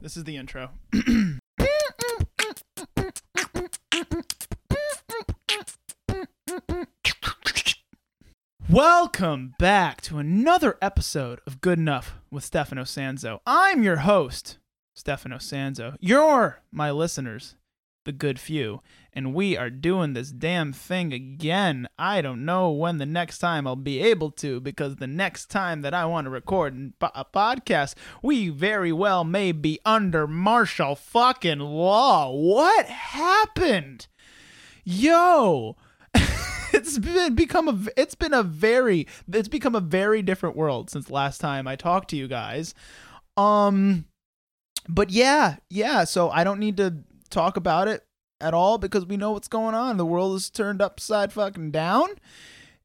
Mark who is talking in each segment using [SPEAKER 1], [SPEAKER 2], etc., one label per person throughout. [SPEAKER 1] This is the intro. Welcome back to another episode of Good Enough with Stefano Sanzo. I'm your host, Stefano Sanzo. You're my listeners, the good few, and we are doing this damn thing again. I don't know when the next time I'll be able to because the next time that I want to record n- po- a podcast, we very well may be under martial fucking law. What happened? Yo, it's been become a v- it's been a very it's become a very different world since last time I talked to you guys. Um but yeah, yeah, so I don't need to talk about it at all because we know what's going on. The world is turned upside fucking down.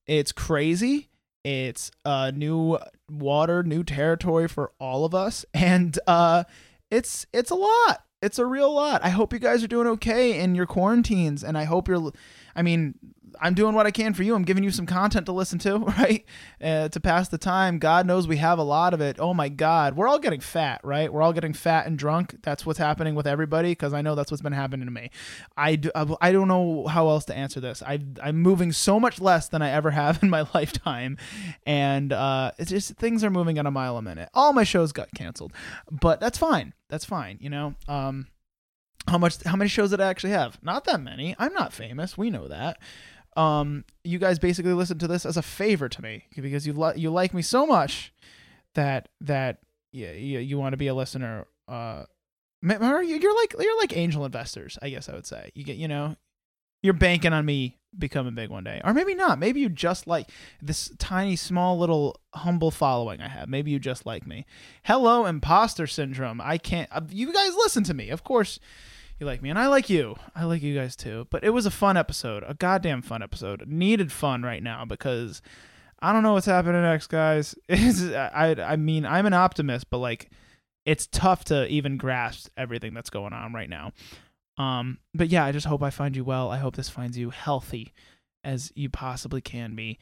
[SPEAKER 1] It's crazy. It's uh new water, new territory for all of us and uh it's it's a lot. It's a real lot. I hope you guys are doing okay in your quarantines and I hope you're I mean, I'm doing what I can for you. I'm giving you some content to listen to, right? Uh, to pass the time. God knows we have a lot of it. Oh my God. We're all getting fat, right? We're all getting fat and drunk. That's what's happening with everybody because I know that's what's been happening to me. I, do, I don't know how else to answer this. I, I'm moving so much less than I ever have in my lifetime. And uh, it's just things are moving at a mile a minute. All my shows got canceled, but that's fine. That's fine, you know? Um, how much how many shows did I actually have? Not that many. I'm not famous. We know that. Um, you guys basically listen to this as a favor to me because you li- you like me so much that that you, you, you want to be a listener. Uh, ma- ma- you- you're like you're like angel investors, I guess I would say. You get you know, you're banking on me becoming big one day, or maybe not. Maybe you just like this tiny, small, little humble following I have. Maybe you just like me. Hello, imposter syndrome. I can't. Uh, you guys listen to me, of course you like me and i like you i like you guys too but it was a fun episode a goddamn fun episode needed fun right now because i don't know what's happening next guys it's, I, I mean i'm an optimist but like it's tough to even grasp everything that's going on right now um but yeah i just hope i find you well i hope this finds you healthy as you possibly can be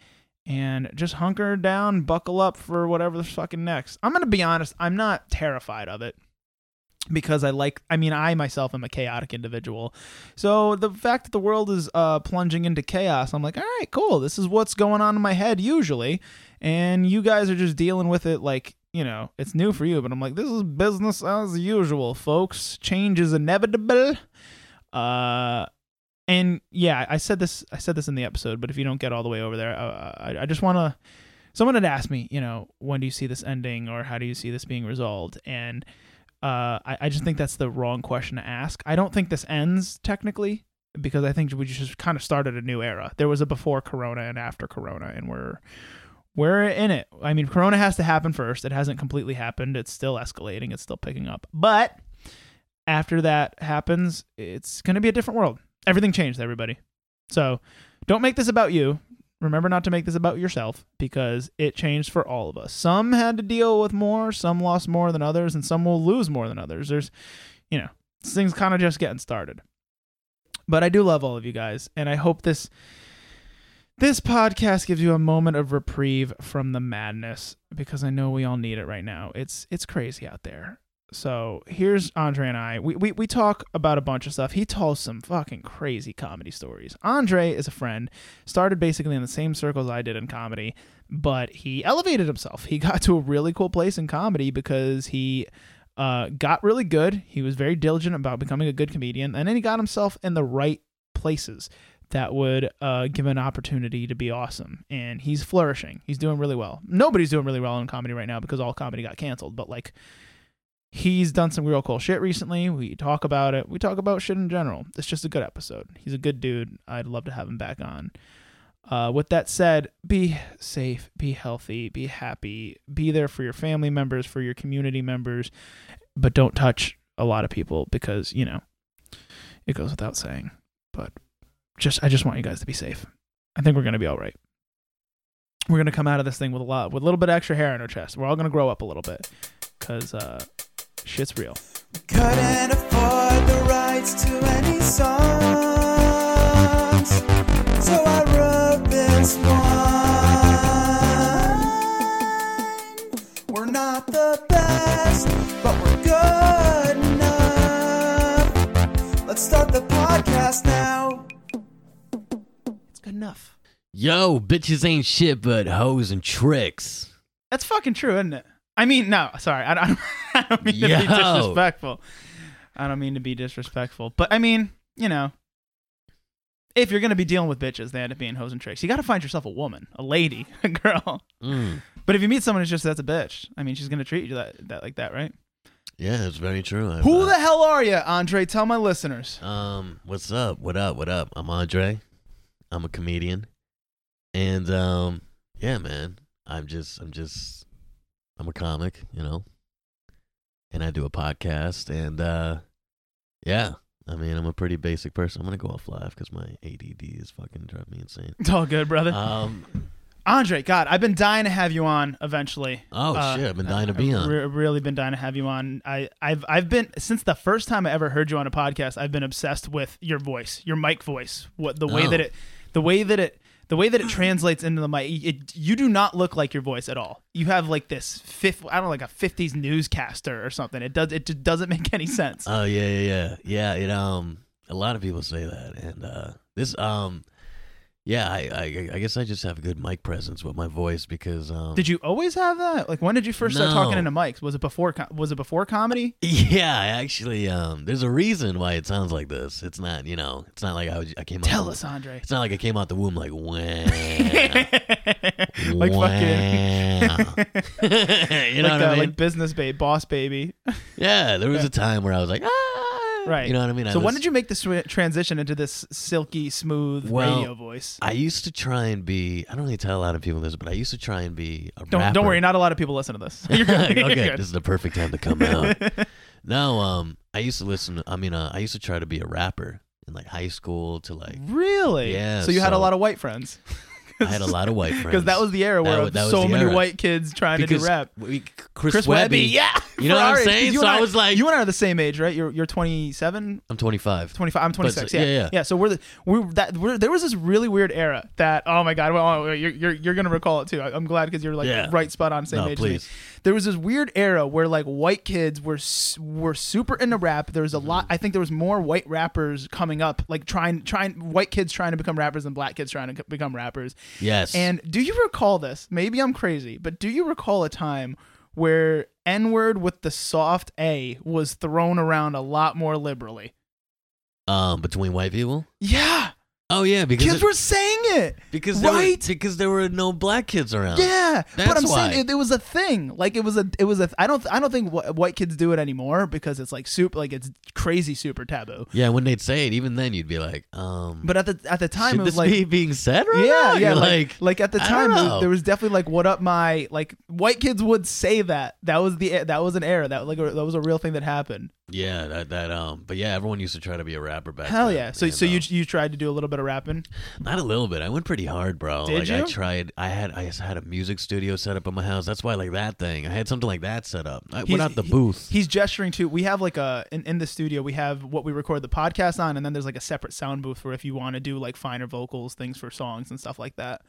[SPEAKER 1] and just hunker down buckle up for whatever's fucking next i'm gonna be honest i'm not terrified of it because I like I mean I myself am a chaotic individual. So the fact that the world is uh plunging into chaos, I'm like, "All right, cool. This is what's going on in my head usually." And you guys are just dealing with it like, you know, it's new for you, but I'm like, "This is business as usual, folks. Change is inevitable." Uh and yeah, I said this I said this in the episode, but if you don't get all the way over there, uh, I I just want to someone had asked me, you know, when do you see this ending or how do you see this being resolved? And uh, I, I just think that's the wrong question to ask. I don't think this ends technically because I think we just kind of started a new era. There was a before Corona and after Corona, and we're we're in it. I mean, Corona has to happen first. It hasn't completely happened. It's still escalating. It's still picking up. But after that happens, it's going to be a different world. Everything changed, everybody. So don't make this about you. Remember not to make this about yourself because it changed for all of us. Some had to deal with more, some lost more than others, and some will lose more than others. There's, you know, this thing's kind of just getting started. But I do love all of you guys, and I hope this this podcast gives you a moment of reprieve from the madness because I know we all need it right now. It's it's crazy out there. So here's Andre and I. We, we we talk about a bunch of stuff. He tells some fucking crazy comedy stories. Andre is a friend, started basically in the same circles I did in comedy, but he elevated himself. He got to a really cool place in comedy because he uh, got really good. He was very diligent about becoming a good comedian, and then he got himself in the right places that would uh, give an opportunity to be awesome. And he's flourishing. He's doing really well. Nobody's doing really well in comedy right now because all comedy got canceled. But like, he's done some real cool shit recently. We talk about it. We talk about shit in general. It's just a good episode. He's a good dude. I'd love to have him back on. Uh, with that said, be safe, be healthy, be happy, be there for your family members, for your community members, but don't touch a lot of people because, you know, it goes without saying. But just, I just want you guys to be safe. I think we're going to be all right. We're going to come out of this thing with a lot, with a little bit of extra hair on our chest. We're all going to grow up a little bit because uh, shit's real.
[SPEAKER 2] Couldn't afford the rights to any songs, so I wrote this one. We're not the best, but we're good podcast now.
[SPEAKER 1] It's good enough.
[SPEAKER 3] Yo, bitches ain't shit but hoes and tricks.
[SPEAKER 1] That's fucking true, isn't it? I mean, no, sorry. I don't, I don't mean to be
[SPEAKER 3] Yo.
[SPEAKER 1] disrespectful. I don't mean to be disrespectful. But I mean, you know, if you're going to be dealing with bitches, they end up being hoes and tricks. You got to find yourself a woman, a lady, a girl.
[SPEAKER 3] Mm.
[SPEAKER 1] But if you meet someone who's just that's a bitch, I mean, she's going to treat you that, that like that, right?
[SPEAKER 3] Yeah, that's very true. I-
[SPEAKER 1] Who the hell are you, Andre? Tell my listeners.
[SPEAKER 3] Um, what's up? What up? What up? I'm Andre. I'm a comedian, and um, yeah, man, I'm just, I'm just, I'm a comic, you know, and I do a podcast, and uh, yeah, I mean, I'm a pretty basic person. I'm gonna go off live because my ADD is fucking driving me insane.
[SPEAKER 1] It's all good, brother.
[SPEAKER 3] Um,
[SPEAKER 1] Andre, God, I've been dying to have you on eventually.
[SPEAKER 3] oh
[SPEAKER 1] Uh,
[SPEAKER 3] shit, I've been dying to be
[SPEAKER 1] I've
[SPEAKER 3] on.
[SPEAKER 1] re- really been dying to have you on. I, I've I've been since the first time I ever heard you on a podcast. I've been obsessed with your voice, your mic voice, what the way
[SPEAKER 3] Oh.
[SPEAKER 1] that it, the way that it, the way that it translates into the mic. It, you do not look like your voice at all. You have like this fifth, I don't know, like a '50s newscaster or something. It does it just doesn't make any sense.
[SPEAKER 3] Oh yeah, yeah, yeah, yeah. It um, a lot of people say that, and uh, this um, yeah, I, I I guess I just have a good mic presence with my voice because um,
[SPEAKER 1] did you always have that? Like when did you first start talking
[SPEAKER 3] No.
[SPEAKER 1] into mics? Was it before? co- Was it before comedy?
[SPEAKER 3] Yeah, I actually um, there's a reason why it sounds like this. It's not you know, it's not like I, was- I came. out
[SPEAKER 1] Tell
[SPEAKER 3] the-
[SPEAKER 1] us, Andre.
[SPEAKER 3] It's not like I came out the womb like wah,
[SPEAKER 1] like
[SPEAKER 3] wah.
[SPEAKER 1] fucking.
[SPEAKER 3] you know
[SPEAKER 1] like,
[SPEAKER 3] what
[SPEAKER 1] uh,
[SPEAKER 3] I mean?
[SPEAKER 1] like business babe, boss baby.
[SPEAKER 3] yeah, there was a time where I was like, ah,
[SPEAKER 1] Right.
[SPEAKER 3] You know what I mean? I
[SPEAKER 1] so when
[SPEAKER 3] was-
[SPEAKER 1] did you make this swi- transition into this silky smooth
[SPEAKER 3] Well,
[SPEAKER 1] radio voice?
[SPEAKER 3] I used to try and be. I don't really tell a lot of people this, but I used to try and be a
[SPEAKER 1] Don't
[SPEAKER 3] rapper.
[SPEAKER 1] don't worry, not a lot of people listen to this. You're good. You're
[SPEAKER 3] okay,
[SPEAKER 1] good.
[SPEAKER 3] this is the perfect time to come out. no, um, I used to listen. I mean, uh, I used to try to be a rapper in like high school to like.
[SPEAKER 1] really?
[SPEAKER 3] Yeah,
[SPEAKER 1] So you had a
[SPEAKER 3] so-
[SPEAKER 1] lot of white friends
[SPEAKER 3] I had a lot of white friends
[SPEAKER 1] because that was the era
[SPEAKER 3] That
[SPEAKER 1] where
[SPEAKER 3] wa- that was
[SPEAKER 1] so
[SPEAKER 3] the
[SPEAKER 1] many
[SPEAKER 3] era.
[SPEAKER 1] white kids trying to
[SPEAKER 3] Because
[SPEAKER 1] do rap.
[SPEAKER 3] we- Chris,
[SPEAKER 1] Chris
[SPEAKER 3] Webby,
[SPEAKER 1] Webby, yeah.
[SPEAKER 3] You know what I'm
[SPEAKER 1] Ferrari, 'cause
[SPEAKER 3] saying?
[SPEAKER 1] you
[SPEAKER 3] So
[SPEAKER 1] and
[SPEAKER 3] I was like,
[SPEAKER 1] you and I are the same age, right? You're you're 27,
[SPEAKER 3] I'm 25.
[SPEAKER 1] 25 i'm 26
[SPEAKER 3] yeah,
[SPEAKER 1] yeah.
[SPEAKER 3] yeah.
[SPEAKER 1] so we're the we're that we're, there was this really weird era that oh my god well you're you're, you're gonna recall it too I, am glad because you're like
[SPEAKER 3] Yeah.
[SPEAKER 1] right spot on same
[SPEAKER 3] No,
[SPEAKER 1] age
[SPEAKER 3] please.
[SPEAKER 1] As me. there was this weird era where like white kids were s- were super into rap there was a lot i think there was more white rappers coming up like trying trying white kids trying to become rappers than black kids trying to c- become rappers
[SPEAKER 3] Yes.
[SPEAKER 1] and do you recall this? Maybe I'm crazy, but do you recall a time where N word with the soft A was thrown around a lot more liberally?
[SPEAKER 3] um, between white people.
[SPEAKER 1] Yeah,
[SPEAKER 3] Oh yeah, because
[SPEAKER 1] kids
[SPEAKER 3] it-
[SPEAKER 1] were saying it.
[SPEAKER 3] because there were-
[SPEAKER 1] right.
[SPEAKER 3] because there were no black kids around.
[SPEAKER 1] Yeah, but
[SPEAKER 3] Oh. That's
[SPEAKER 1] I'm
[SPEAKER 3] why.
[SPEAKER 1] saying it, it was a thing. Like it was a, it was a. I don't, I don't think wh- white kids do it anymore because it's like super, like it's crazy super taboo.
[SPEAKER 3] Yeah, when they'd say it, even then you'd be like, um,
[SPEAKER 1] But at the at the time,
[SPEAKER 3] should
[SPEAKER 1] it
[SPEAKER 3] this
[SPEAKER 1] was like
[SPEAKER 3] be being said right
[SPEAKER 1] yeah,
[SPEAKER 3] now?
[SPEAKER 1] yeah.
[SPEAKER 3] You're
[SPEAKER 1] Like, like, at the
[SPEAKER 3] I don't
[SPEAKER 1] time, there-
[SPEAKER 3] know.
[SPEAKER 1] there was definitely like, "What up, my?" Like white kids would say that. That was the that was an era. That was like a, that was a real thing that happened.
[SPEAKER 3] yeah, that, that um, but yeah, everyone used to try to be a rapper back.
[SPEAKER 1] Hell
[SPEAKER 3] then,
[SPEAKER 1] yeah! So
[SPEAKER 3] and,
[SPEAKER 1] so you
[SPEAKER 3] um,
[SPEAKER 1] you tried to do a little bit of rapping.
[SPEAKER 3] Not a little bit. I went pretty hard, bro.
[SPEAKER 1] Did
[SPEAKER 3] like I
[SPEAKER 1] you?
[SPEAKER 3] tried. I had I had a music studio set up in my house. That's why like that thing. I had something like that set up. I
[SPEAKER 1] He's-
[SPEAKER 3] went out the
[SPEAKER 1] he-
[SPEAKER 3] booth.
[SPEAKER 1] He's gesturing to. We have like a in, in the studio. We have what we record the podcast on, and then there's like a separate sound booth where if you want to do like finer vocals, things for songs and stuff like that.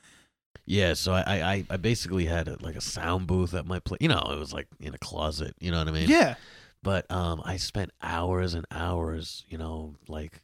[SPEAKER 3] Yeah, so I I, I- I basically had a, like a sound booth at my place. You know, it was like in a closet. You know what I mean?
[SPEAKER 1] Yeah,
[SPEAKER 3] But um, I spent hours and hours, you know, like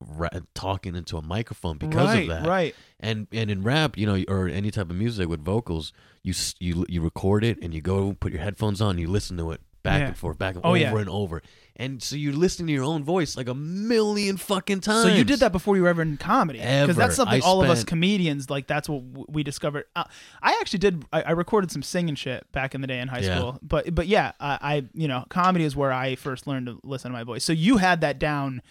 [SPEAKER 3] ra- talking into a microphone because
[SPEAKER 1] right,
[SPEAKER 3] of that.
[SPEAKER 1] right.
[SPEAKER 3] And and in rap, you know, or any type of music with vocals, you s- you you record it and you go put your headphones on, you listen to it back
[SPEAKER 1] Yeah.
[SPEAKER 3] and forth, back and
[SPEAKER 1] Oh,
[SPEAKER 3] over
[SPEAKER 1] yeah.
[SPEAKER 3] and over, and so you're listening to your own voice like a million fucking times.
[SPEAKER 1] So you did that before you were ever in comedy, because
[SPEAKER 3] Ever.
[SPEAKER 1] that's something
[SPEAKER 3] I
[SPEAKER 1] all of us
[SPEAKER 3] spent-
[SPEAKER 1] comedians like. That's what w- we discovered. Uh, I actually did. I, I recorded some singing shit back in the day in high
[SPEAKER 3] Yeah.
[SPEAKER 1] school, but but yeah, I, I you know comedy is where I first learned to listen to my voice. So you had that down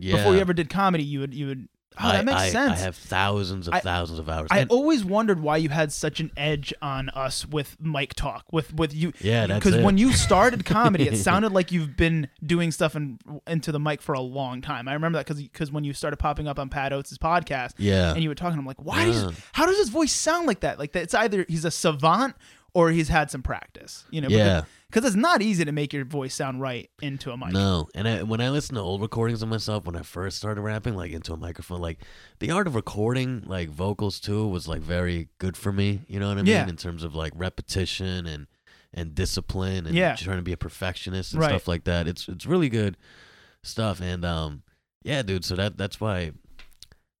[SPEAKER 3] yeah.
[SPEAKER 1] before you ever did comedy. You would you would. Oh,
[SPEAKER 3] I-
[SPEAKER 1] that makes
[SPEAKER 3] I,
[SPEAKER 1] sense.
[SPEAKER 3] I have thousands of
[SPEAKER 1] I-
[SPEAKER 3] thousands of hours.
[SPEAKER 1] I
[SPEAKER 3] And-
[SPEAKER 1] always wondered why you had such an edge on us with mic talk, with with you.
[SPEAKER 3] Yeah, that's
[SPEAKER 1] because
[SPEAKER 3] it.
[SPEAKER 1] when you started comedy, it sounded like you've been doing stuff in, into the mic for a long time. I remember that because when you started popping up on Pat Oates' podcast,
[SPEAKER 3] Yeah.
[SPEAKER 1] and you were talking, I'm like, why does
[SPEAKER 3] Yeah.
[SPEAKER 1] how does his voice sound like that? Like that, it's either he's a savant or he's had some practice, you know?
[SPEAKER 3] Yeah.
[SPEAKER 1] because it's not easy to make your voice sound right into a mic.
[SPEAKER 3] No, and I, when I listen to old recordings of myself when I first started rapping, like into a microphone, like the art of recording, like vocals too, was like very good for me. You know what I mean?
[SPEAKER 1] Yeah.
[SPEAKER 3] In terms of like repetition and and discipline and
[SPEAKER 1] Yeah.
[SPEAKER 3] trying to be a perfectionist and
[SPEAKER 1] Right.
[SPEAKER 3] stuff like that. It's it's really good stuff. And um, yeah, dude. So that that's why,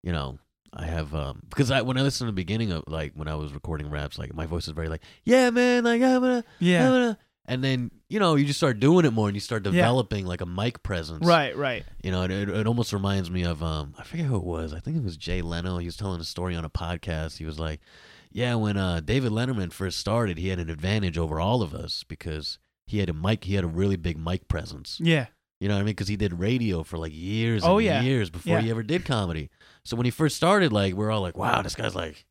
[SPEAKER 3] you know, I have um because I when I listen to the beginning of like when I was recording raps, like my voice is very like, yeah, man, like I'm gonna, I'm
[SPEAKER 1] Yeah.
[SPEAKER 3] gonna, and then you know you just start doing it more and you start
[SPEAKER 1] Yeah.
[SPEAKER 3] developing like a mic presence,
[SPEAKER 1] Right, right.
[SPEAKER 3] You know, it, it, it almost reminds me of um I forget who it was. I think it was Jay Leno. He was telling a story on a podcast. He was like, yeah, when uh David Letterman first started, he had an advantage over all of us because he had a mic. He had a really big mic presence.
[SPEAKER 1] Yeah.
[SPEAKER 3] You know what I mean? Because he did radio for like years
[SPEAKER 1] Oh,
[SPEAKER 3] and
[SPEAKER 1] yeah.
[SPEAKER 3] years before
[SPEAKER 1] Yeah.
[SPEAKER 3] he ever did comedy. So when he first started, like we are all like, "Wow, this guy's like,"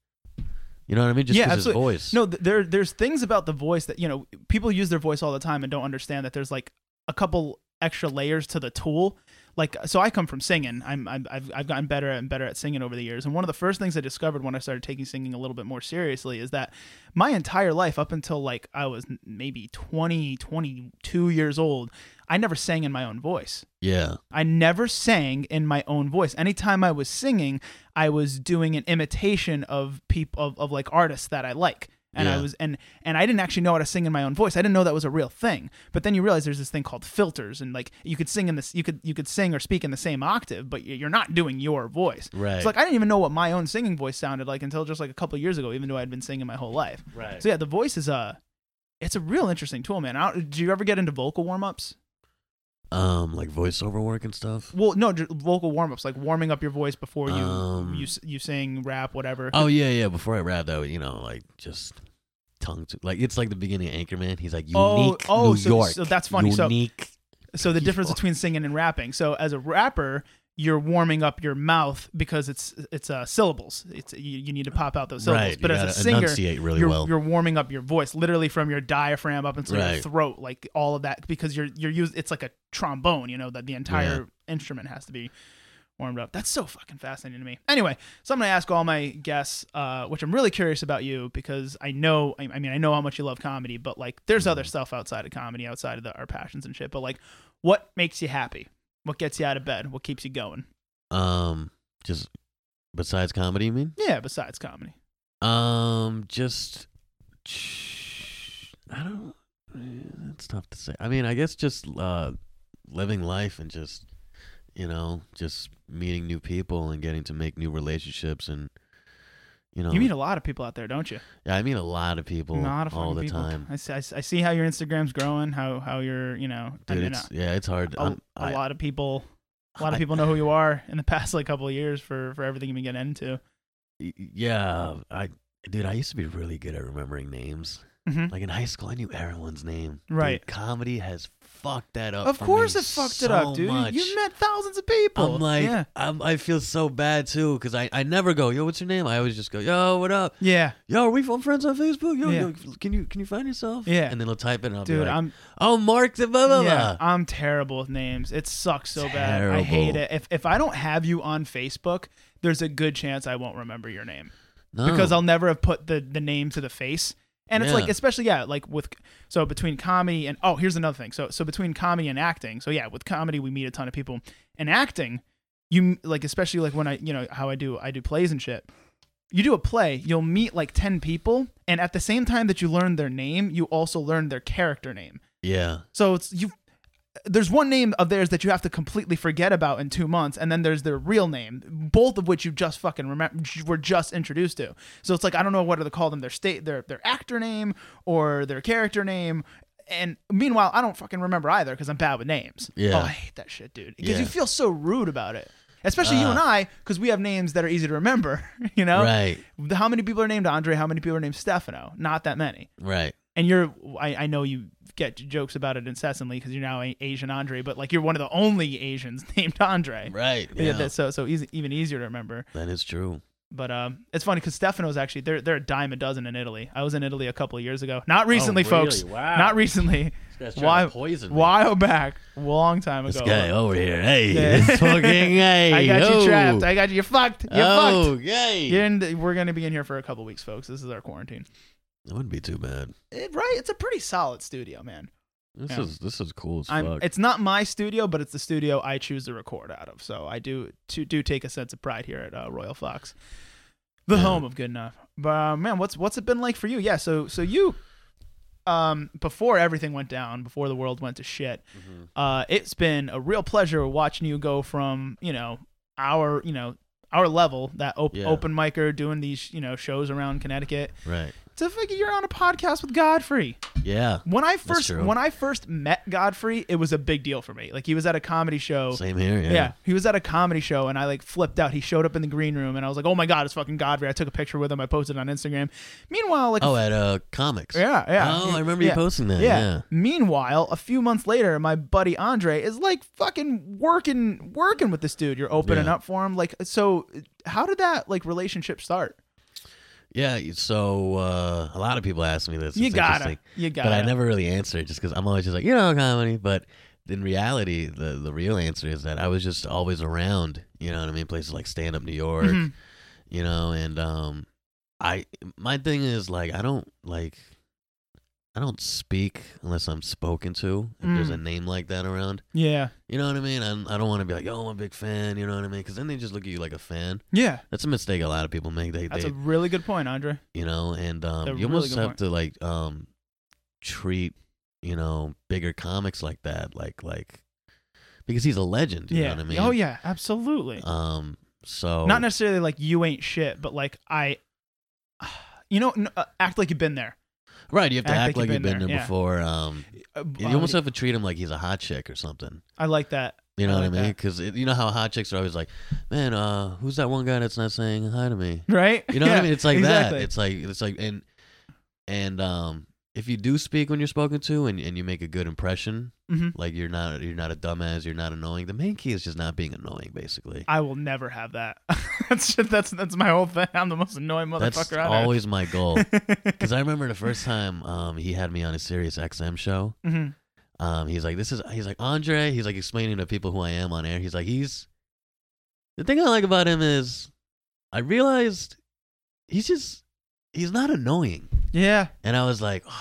[SPEAKER 3] you know what I mean? Just
[SPEAKER 1] Yeah,
[SPEAKER 3] because his
[SPEAKER 1] absolutely.
[SPEAKER 3] voice.
[SPEAKER 1] No, th- there there's things about the voice that, you know, people use their voice all the time and don't understand that there's like a couple extra layers to the tool. Like so I come from singing. I'm, I'm I've I've gotten better and better at singing over the years. And one of the first things I discovered when I started taking singing a little bit more seriously is that my entire life up until like I was n- maybe 20, 22 years old, I never sang in my own voice.
[SPEAKER 3] Yeah,
[SPEAKER 1] I never sang in my own voice. Anytime I was singing, I was doing an imitation of people of, of like artists that I like. And I
[SPEAKER 3] Yeah.
[SPEAKER 1] was and and I didn't actually know how to sing in my own voice. I didn't know that was a real thing. But then you realize there's this thing called filters and like you could sing in this you could you could sing or speak in the same octave, but you- you're not doing your voice.
[SPEAKER 3] Right.
[SPEAKER 1] So like I didn't even know what my own singing voice sounded like until just like a couple years ago, even though I'd been singing my whole life.
[SPEAKER 3] right.
[SPEAKER 1] So yeah, the voice is a it's a real interesting tool, man. I don't, do you ever get into vocal warm ups?
[SPEAKER 3] Um, like voiceover work and stuff.
[SPEAKER 1] Well, no, ju- vocal warm ups, like warming up your voice before you
[SPEAKER 3] Um,
[SPEAKER 1] you s- you sing rap, whatever.
[SPEAKER 3] Oh yeah, yeah. Before I rap, though, you know, like just tongue to like it's like the beginning of Anchorman. He's like unique
[SPEAKER 1] Oh, oh,
[SPEAKER 3] New
[SPEAKER 1] so-
[SPEAKER 3] York.
[SPEAKER 1] so that's funny. So-
[SPEAKER 3] Unique.
[SPEAKER 1] so the difference
[SPEAKER 3] yeah.
[SPEAKER 1] between singing and rapping. So as a rapper, you're warming up your mouth because it's it's uh, syllables. It's you, you need to pop out those syllables.
[SPEAKER 3] right.
[SPEAKER 1] but
[SPEAKER 3] you
[SPEAKER 1] as a
[SPEAKER 3] gotta
[SPEAKER 1] singer,
[SPEAKER 3] enunciate really
[SPEAKER 1] you're,
[SPEAKER 3] well.
[SPEAKER 1] you're warming up your voice literally from your diaphragm up into your
[SPEAKER 3] Right.
[SPEAKER 1] throat, like all of that, because you're you're used. It's like a trombone, you know, that the entire instrument has to be warmed up. That's so fucking fascinating to me. Anyway, so I'm gonna ask all my guests, uh, which I'm really curious about you because I know, I I mean, I know how much you love comedy, but like, there's
[SPEAKER 3] Mm-hmm.
[SPEAKER 1] other stuff outside of comedy, outside of the, our passions and shit. But like, what makes you happy? What gets you out of bed? What keeps you going?
[SPEAKER 3] um, just besides comedy, you mean?
[SPEAKER 1] Yeah, besides comedy.
[SPEAKER 3] Um, just I don't. That's tough to say. I mean, I guess just uh, living life and just you know, just meeting new people and getting to make new relationships and you know,
[SPEAKER 1] You meet a lot of people out there, don't you?
[SPEAKER 3] yeah, I meet a lot of people
[SPEAKER 1] Not a
[SPEAKER 3] all
[SPEAKER 1] fucking
[SPEAKER 3] the
[SPEAKER 1] people.
[SPEAKER 3] time.
[SPEAKER 1] I see, I see- I see how your Instagram's growing, how how you're, you know, I
[SPEAKER 3] Dude,
[SPEAKER 1] mean, uh,
[SPEAKER 3] it's yeah, it's hard.
[SPEAKER 1] a,
[SPEAKER 3] I'm-
[SPEAKER 1] a
[SPEAKER 3] I-
[SPEAKER 1] lot of people, a lot of
[SPEAKER 3] I-
[SPEAKER 1] people know who you are in the past like couple of years for for everything you've been getting into.
[SPEAKER 3] Yeah, I dude, I used to be really good at remembering names.
[SPEAKER 1] hmm
[SPEAKER 3] Like in high school, I knew everyone's name. Dude,
[SPEAKER 1] Right.
[SPEAKER 3] comedy has fucked that up.
[SPEAKER 1] Of
[SPEAKER 3] for
[SPEAKER 1] course,
[SPEAKER 3] me
[SPEAKER 1] it fucked it
[SPEAKER 3] Oh, so
[SPEAKER 1] up, dude.
[SPEAKER 3] much.
[SPEAKER 1] You met thousands of people.
[SPEAKER 3] I'm like,
[SPEAKER 1] yeah,
[SPEAKER 3] I'm, I feel so bad too because I, I never go, yo, what's your name? I always just go, yo, what up?
[SPEAKER 1] yeah,
[SPEAKER 3] Yo, are we f- friends on Facebook? Yo,
[SPEAKER 1] Yeah.
[SPEAKER 3] yo, can you can you find yourself?
[SPEAKER 1] Yeah.
[SPEAKER 3] and then they'll type it. And I'll
[SPEAKER 1] dude.
[SPEAKER 3] be like,
[SPEAKER 1] I'm
[SPEAKER 3] oh, Mark the blah blah
[SPEAKER 1] yeah,
[SPEAKER 3] blah.
[SPEAKER 1] I'm terrible with names. It sucks so bad. I hate
[SPEAKER 3] Terrible.
[SPEAKER 1] it. If if I don't have you on Facebook, there's a good chance I won't remember your name.
[SPEAKER 3] No.
[SPEAKER 1] because I'll never have put the the name to the face. And it's
[SPEAKER 3] Yeah.
[SPEAKER 1] like, especially yeah, like with so between comedy and oh, here's another thing. So so between comedy and acting. So yeah, with comedy we meet a ton of people, and acting, you like especially like when I you know how I do I do plays and shit. You do a play, you'll meet like ten people, and at the same time that you learn their name, you also learn their character name.
[SPEAKER 3] yeah,
[SPEAKER 1] So it's you. There's one name of theirs that you have to completely forget about in two months, and then there's their real name, both of which you just fucking remember were just introduced to. So it's like I don't know what to call them, their state, their their actor name or their character name. And meanwhile, I don't fucking remember either because I'm bad with names.
[SPEAKER 3] Yeah.
[SPEAKER 1] Oh, I hate that shit, dude. Because
[SPEAKER 3] Yeah.
[SPEAKER 1] you feel so rude about it, especially you
[SPEAKER 3] Ah.
[SPEAKER 1] and I, because we have names that are easy to remember. You know,
[SPEAKER 3] right,
[SPEAKER 1] how many people are named Andre? How many people are named Stefano? Not that many
[SPEAKER 3] right.
[SPEAKER 1] and you're I, I know you get jokes about it incessantly because you're now a Asian Andre, but like you're one of the only Asians named Andre.
[SPEAKER 3] Right.
[SPEAKER 1] Yeah,
[SPEAKER 3] Yeah.
[SPEAKER 1] that's so so easy, even easier to remember.
[SPEAKER 3] that is true.
[SPEAKER 1] But um, it's funny because Stefano's actually they're they're a dime a dozen in Italy. I was in Italy a couple of years ago, not recently, folks,
[SPEAKER 3] Oh, Wow.
[SPEAKER 1] not recently,
[SPEAKER 3] This
[SPEAKER 1] Why-
[SPEAKER 3] why poison? me.
[SPEAKER 1] while back, long time
[SPEAKER 3] This
[SPEAKER 1] ago.
[SPEAKER 3] guy over here. Hey,
[SPEAKER 1] Yeah.
[SPEAKER 3] this fucking hey.
[SPEAKER 1] I got
[SPEAKER 3] oh.
[SPEAKER 1] you trapped. I got you. You're fucked. You're
[SPEAKER 3] oh,
[SPEAKER 1] fucked.
[SPEAKER 3] yay.
[SPEAKER 1] You're in, we're gonna be in here for a couple of weeks, folks. This is our quarantine.
[SPEAKER 3] That wouldn't be too bad.
[SPEAKER 1] Eh, right? It's a pretty solid studio, man.
[SPEAKER 3] This
[SPEAKER 1] Yeah.
[SPEAKER 3] is this is cool as
[SPEAKER 1] I'm,
[SPEAKER 3] fuck.
[SPEAKER 1] it's not my studio, but it's the studio I choose to record out of. So I do to, do take a sense of pride here at uh, Royal Fox, the
[SPEAKER 3] Yeah.
[SPEAKER 1] home of good enough. But uh, man, what's what's it been like for you? Yeah, so so you um, before everything went down, before the world went to shit,
[SPEAKER 3] Mm-hmm.
[SPEAKER 1] uh, it's been a real pleasure watching you go from you know our you know our level that op-
[SPEAKER 3] Yeah.
[SPEAKER 1] open micer doing these you know shows around Connecticut
[SPEAKER 3] Right.
[SPEAKER 1] to figure you're on a podcast with Godfrey.
[SPEAKER 3] Yeah.
[SPEAKER 1] When I first
[SPEAKER 3] true.
[SPEAKER 1] when I first met Godfrey, it was a big deal for me. Like he was at a comedy show.
[SPEAKER 3] Same here. Yeah.
[SPEAKER 1] Yeah. he was at a comedy show, and I like flipped out. He showed up in the green room, and I was like, "Oh my god, it's fucking Godfrey!" I took a picture with him. I posted it on Instagram. Meanwhile, like,
[SPEAKER 3] Oh, at uh comics.
[SPEAKER 1] yeah, yeah.
[SPEAKER 3] Oh, I remember you
[SPEAKER 1] Yeah.
[SPEAKER 3] posting that.
[SPEAKER 1] Yeah.
[SPEAKER 3] Yeah.
[SPEAKER 1] Meanwhile, a few months later, my buddy Andre is like fucking working, working with this dude. You're opening
[SPEAKER 3] Yeah.
[SPEAKER 1] up for him, like. So, how did that like relationship start?
[SPEAKER 3] Yeah. So uh, a lot of people ask me this.
[SPEAKER 1] You
[SPEAKER 3] It's
[SPEAKER 1] gotta,
[SPEAKER 3] interesting.
[SPEAKER 1] you gotta.
[SPEAKER 3] but I never really answer it just because I'm always just like, you know, comedy. But in reality, the the real answer is that I was just always around. You know what I mean? Places like Stand Up New York.
[SPEAKER 1] Mhm.
[SPEAKER 3] You know, and um, I my thing is like I don't like. I don't speak unless I'm spoken to. If there's
[SPEAKER 1] Mm.
[SPEAKER 3] a name like that around,
[SPEAKER 1] Yeah,
[SPEAKER 3] you know what I mean. I'm, I don't want to be like, "Oh, I'm a big fan." You know what I mean? Because then they just look at you like a fan.
[SPEAKER 1] yeah.
[SPEAKER 3] That's a mistake a lot of people make. They,
[SPEAKER 1] That's
[SPEAKER 3] they
[SPEAKER 1] a really good point, Andre.
[SPEAKER 3] you know and um,
[SPEAKER 1] A
[SPEAKER 3] you
[SPEAKER 1] really
[SPEAKER 3] almost
[SPEAKER 1] good
[SPEAKER 3] have
[SPEAKER 1] point.
[SPEAKER 3] to like um treat you know bigger comics like that like like because he's a legend you
[SPEAKER 1] yeah.
[SPEAKER 3] know what i mean
[SPEAKER 1] Oh yeah, absolutely.
[SPEAKER 3] um so
[SPEAKER 1] Not necessarily like you ain't shit, but like I, you know, n- uh, act like you've been there.
[SPEAKER 3] right you have to
[SPEAKER 1] act
[SPEAKER 3] act,
[SPEAKER 1] like
[SPEAKER 3] like you've been there,
[SPEAKER 1] yeah.
[SPEAKER 3] before um
[SPEAKER 1] Uh,
[SPEAKER 3] you almost have to treat him like he's a hot chick or something
[SPEAKER 1] I like that.
[SPEAKER 3] you know
[SPEAKER 1] I
[SPEAKER 3] what
[SPEAKER 1] like
[SPEAKER 3] i mean
[SPEAKER 1] that.
[SPEAKER 3] because you know how hot chicks are always like man uh who's that one guy that's not saying hi to me
[SPEAKER 1] Right?
[SPEAKER 3] You know what
[SPEAKER 1] Yeah,
[SPEAKER 3] I mean? It's like
[SPEAKER 1] exactly.
[SPEAKER 3] that. It's like it's like and and um if you do speak when you're spoken to and, and you make a good impression,
[SPEAKER 1] Mhm.
[SPEAKER 3] like you're not you're not a dumbass, you're not annoying. The main key is just not being annoying, basically.
[SPEAKER 1] I will never have that. that's just, that's that's my whole thing. I'm the most annoying
[SPEAKER 3] That's
[SPEAKER 1] motherfucker out
[SPEAKER 3] always my goal.
[SPEAKER 1] there.
[SPEAKER 3] Because I remember the first time um, he had me on a Sirius XM show.
[SPEAKER 1] Mhm.
[SPEAKER 3] Um, he's like, this is he's like Andre. He's like explaining to people who I am on air. He's like, he's the thing I like about him is I realized he's just he's not annoying.
[SPEAKER 1] Yeah,
[SPEAKER 3] And I was like, oh,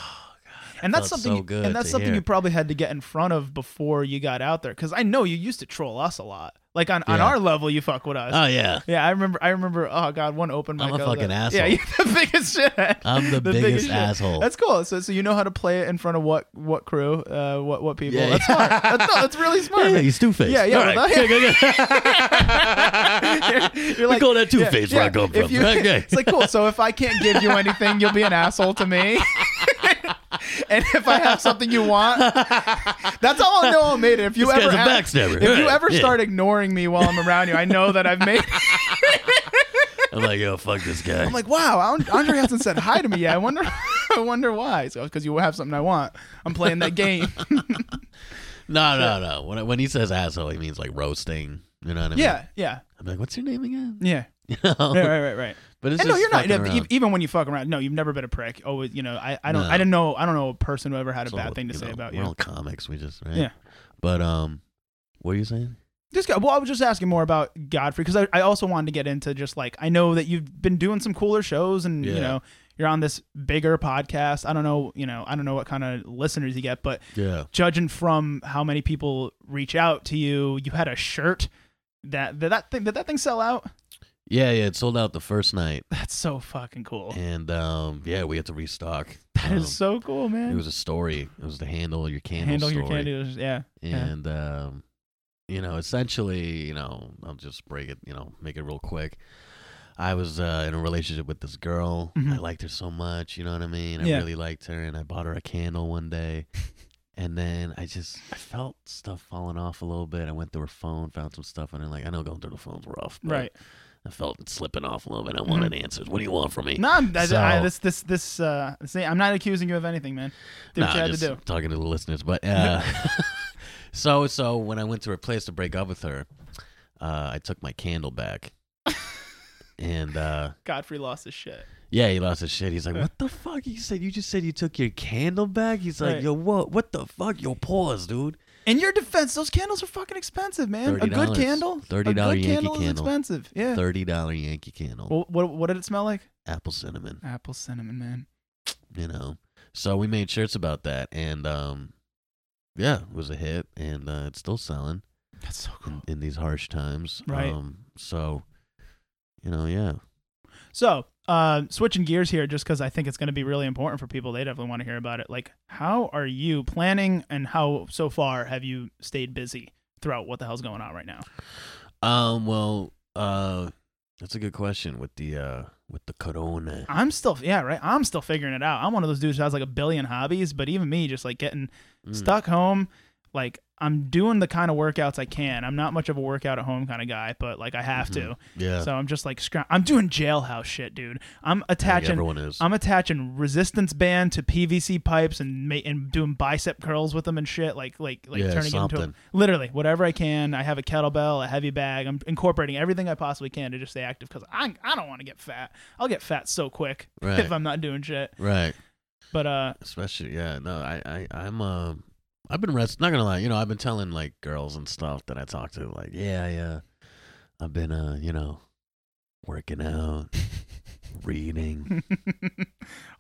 [SPEAKER 3] God.
[SPEAKER 1] and
[SPEAKER 3] that
[SPEAKER 1] that's
[SPEAKER 3] felt
[SPEAKER 1] something.
[SPEAKER 3] so good
[SPEAKER 1] and that's
[SPEAKER 3] to
[SPEAKER 1] something
[SPEAKER 3] hear.
[SPEAKER 1] you probably had to get in front of before you got out there, because I know you used to troll us a lot. Like on, on
[SPEAKER 3] Yeah.
[SPEAKER 1] our level, you fuck with us.
[SPEAKER 3] Oh, yeah.
[SPEAKER 1] yeah, I remember. I remember. Oh god, one open mic.
[SPEAKER 3] I'm a
[SPEAKER 1] I was
[SPEAKER 3] fucking
[SPEAKER 1] at-
[SPEAKER 3] asshole.
[SPEAKER 1] Yeah, you're the biggest shit.
[SPEAKER 3] I'm the, biggest
[SPEAKER 1] shit.
[SPEAKER 3] asshole.
[SPEAKER 1] That's cool. So, so you know how to play it in front of what what crew, uh, what what people.
[SPEAKER 3] Yeah,
[SPEAKER 1] that's
[SPEAKER 3] yeah.
[SPEAKER 1] smart. That's, no, that's really smart.
[SPEAKER 3] yeah, yeah, he's Two Face.
[SPEAKER 1] Yeah, yeah,
[SPEAKER 3] All right.
[SPEAKER 1] well, that-
[SPEAKER 3] good, good, good.
[SPEAKER 1] You're- you're
[SPEAKER 3] we
[SPEAKER 1] like-
[SPEAKER 3] call that Two
[SPEAKER 1] yeah,
[SPEAKER 3] Face where I
[SPEAKER 1] yeah.
[SPEAKER 3] come
[SPEAKER 1] If
[SPEAKER 3] from.
[SPEAKER 1] you-
[SPEAKER 3] okay.
[SPEAKER 1] It's like cool. So if I can't give you anything, you'll be an asshole to me. and if I have something you want, that's all I know. I made it. If you
[SPEAKER 3] This
[SPEAKER 1] ever
[SPEAKER 3] guy's a
[SPEAKER 1] act-
[SPEAKER 3] backstabber.
[SPEAKER 1] if you
[SPEAKER 3] Right,
[SPEAKER 1] ever
[SPEAKER 3] yeah.
[SPEAKER 1] start ignoring me while I'm around you, I know that I've made.
[SPEAKER 3] I'm like, yo, fuck this guy.
[SPEAKER 1] I'm like, wow, An- Andre hasn't said hi to me yet. I wonder, I wonder why. So because you have something I want. I'm playing that game.
[SPEAKER 3] no, no, no. When, I- when he says asshole, he means like roasting. You know what I mean?
[SPEAKER 1] yeah, yeah,
[SPEAKER 3] I'm like, what's your name again?
[SPEAKER 1] yeah.
[SPEAKER 3] You know?
[SPEAKER 1] Right, right, right, right.
[SPEAKER 3] But it's
[SPEAKER 1] And no,
[SPEAKER 3] just
[SPEAKER 1] you're not.
[SPEAKER 3] fucking
[SPEAKER 1] e-
[SPEAKER 3] around.
[SPEAKER 1] Even when you fuck around, no, you've never been a prick. Always, you know, I, I don't,
[SPEAKER 3] No.
[SPEAKER 1] I didn't know, I don't know a person who ever had a
[SPEAKER 3] It's all,
[SPEAKER 1] bad thing to
[SPEAKER 3] you
[SPEAKER 1] say
[SPEAKER 3] know,
[SPEAKER 1] about
[SPEAKER 3] we're
[SPEAKER 1] you.
[SPEAKER 3] all comics. We just right.
[SPEAKER 1] Yeah.
[SPEAKER 3] But um, what are you saying?
[SPEAKER 1] Just go, well, I was just asking more about Godfrey because I, I also wanted to get into just like I know that you've been doing some cooler shows and you
[SPEAKER 3] Yeah.
[SPEAKER 1] know you're on this bigger podcast. I don't know, you know, I don't know what kind of listeners you get, but
[SPEAKER 3] Yeah.
[SPEAKER 1] judging from how many people reach out to you, you had a shirt that that, that thing did that thing sell out?
[SPEAKER 3] Yeah, yeah. It sold out the first night,
[SPEAKER 1] That's so fucking cool.
[SPEAKER 3] and um, yeah, we had to restock.
[SPEAKER 1] That
[SPEAKER 3] Um,
[SPEAKER 1] is so cool, man.
[SPEAKER 3] It was a story. It was the handle your candle
[SPEAKER 1] Handle your
[SPEAKER 3] story.
[SPEAKER 1] candy, yeah. yeah.
[SPEAKER 3] And um, you know, essentially, you know, I'll just break it. You know, make it real quick. I was uh, in a relationship with this girl. I
[SPEAKER 1] Mhm.
[SPEAKER 3] liked her so much. You know what I mean? I
[SPEAKER 1] Yeah.
[SPEAKER 3] really liked her, and I bought her a candle one day. And then I just I felt stuff falling off a little bit. I went through her phone, found some stuff, and then like I know going through the phone's rough, but
[SPEAKER 1] Right.
[SPEAKER 3] I felt it slipping off a little
[SPEAKER 1] Mm-hmm.
[SPEAKER 3] bit. I wanted answers. What do you want from me?
[SPEAKER 1] No, I'm, I, I,
[SPEAKER 3] So-
[SPEAKER 1] this this this uh, this thing- I'm not accusing you of anything, man. Did
[SPEAKER 3] No,
[SPEAKER 1] what you had to do.
[SPEAKER 3] talking to the listeners. But uh, so so when I went to her place to break up with her, uh, I took my candle back, and uh,
[SPEAKER 1] Godfrey lost his shit.
[SPEAKER 3] yeah, he lost his shit. He's like, "What the fuck?" He said, "You just said you took your candle back." He's like,
[SPEAKER 1] Right.
[SPEAKER 3] "Yo, what? What the fuck? Yo, pause, dude."
[SPEAKER 1] In your defense, those candles are fucking expensive, man. A good
[SPEAKER 3] $30.
[SPEAKER 1] candle, a good
[SPEAKER 3] $30 Yankee
[SPEAKER 1] candle is
[SPEAKER 3] candle.
[SPEAKER 1] expensive. Yeah. Oh.
[SPEAKER 3] Thirty dollar Yankee candle,
[SPEAKER 1] Well, what what did it smell like?
[SPEAKER 3] apple cinnamon.
[SPEAKER 1] Apple cinnamon, man.
[SPEAKER 3] You know, so we made shirts about that, and um, yeah, it was a hit, and uh, it's still selling.
[SPEAKER 1] That's so cool.
[SPEAKER 3] in, in these harsh times.
[SPEAKER 1] Right.
[SPEAKER 3] Um, so, you know, yeah.
[SPEAKER 1] So uh, switching gears here, just because I think it's going to be really important for people. They definitely want to hear about it. Like, how are you planning, and how so far have you stayed busy throughout what the hell's going on right now?
[SPEAKER 3] Um. Well. Uh. That's a good question with the uh with the corona.
[SPEAKER 1] I'm still, yeah, right. I'm still figuring it out. I'm one of those dudes who has like a billion hobbies, but even me, just like getting
[SPEAKER 3] Mm.
[SPEAKER 1] stuck home, like I'm doing the kind of workouts I can. I'm not much of a workout at home kind of guy, but like I have to.
[SPEAKER 3] Mm-hmm. Yeah.
[SPEAKER 1] So I'm just like, scr- I'm doing jailhouse shit, dude. I'm
[SPEAKER 3] I think
[SPEAKER 1] attaching
[SPEAKER 3] everyone is.
[SPEAKER 1] I'm attaching resistance band to PVC pipes and ma- and doing bicep curls with them and shit, like like like
[SPEAKER 3] Yeah,
[SPEAKER 1] turning it into
[SPEAKER 3] something.
[SPEAKER 1] a, literally whatever I can. I have a kettlebell, a heavy bag. I'm incorporating everything I possibly can to just stay active because I I don't want to get fat. I'll get fat so quick
[SPEAKER 3] Right.
[SPEAKER 1] if I'm not doing shit.
[SPEAKER 3] right.
[SPEAKER 1] But uh,
[SPEAKER 3] especially yeah no i i i'm um i've been rest not gonna lie you know i've been telling like girls and stuff that i talk to like yeah yeah i've been uh you know working out reading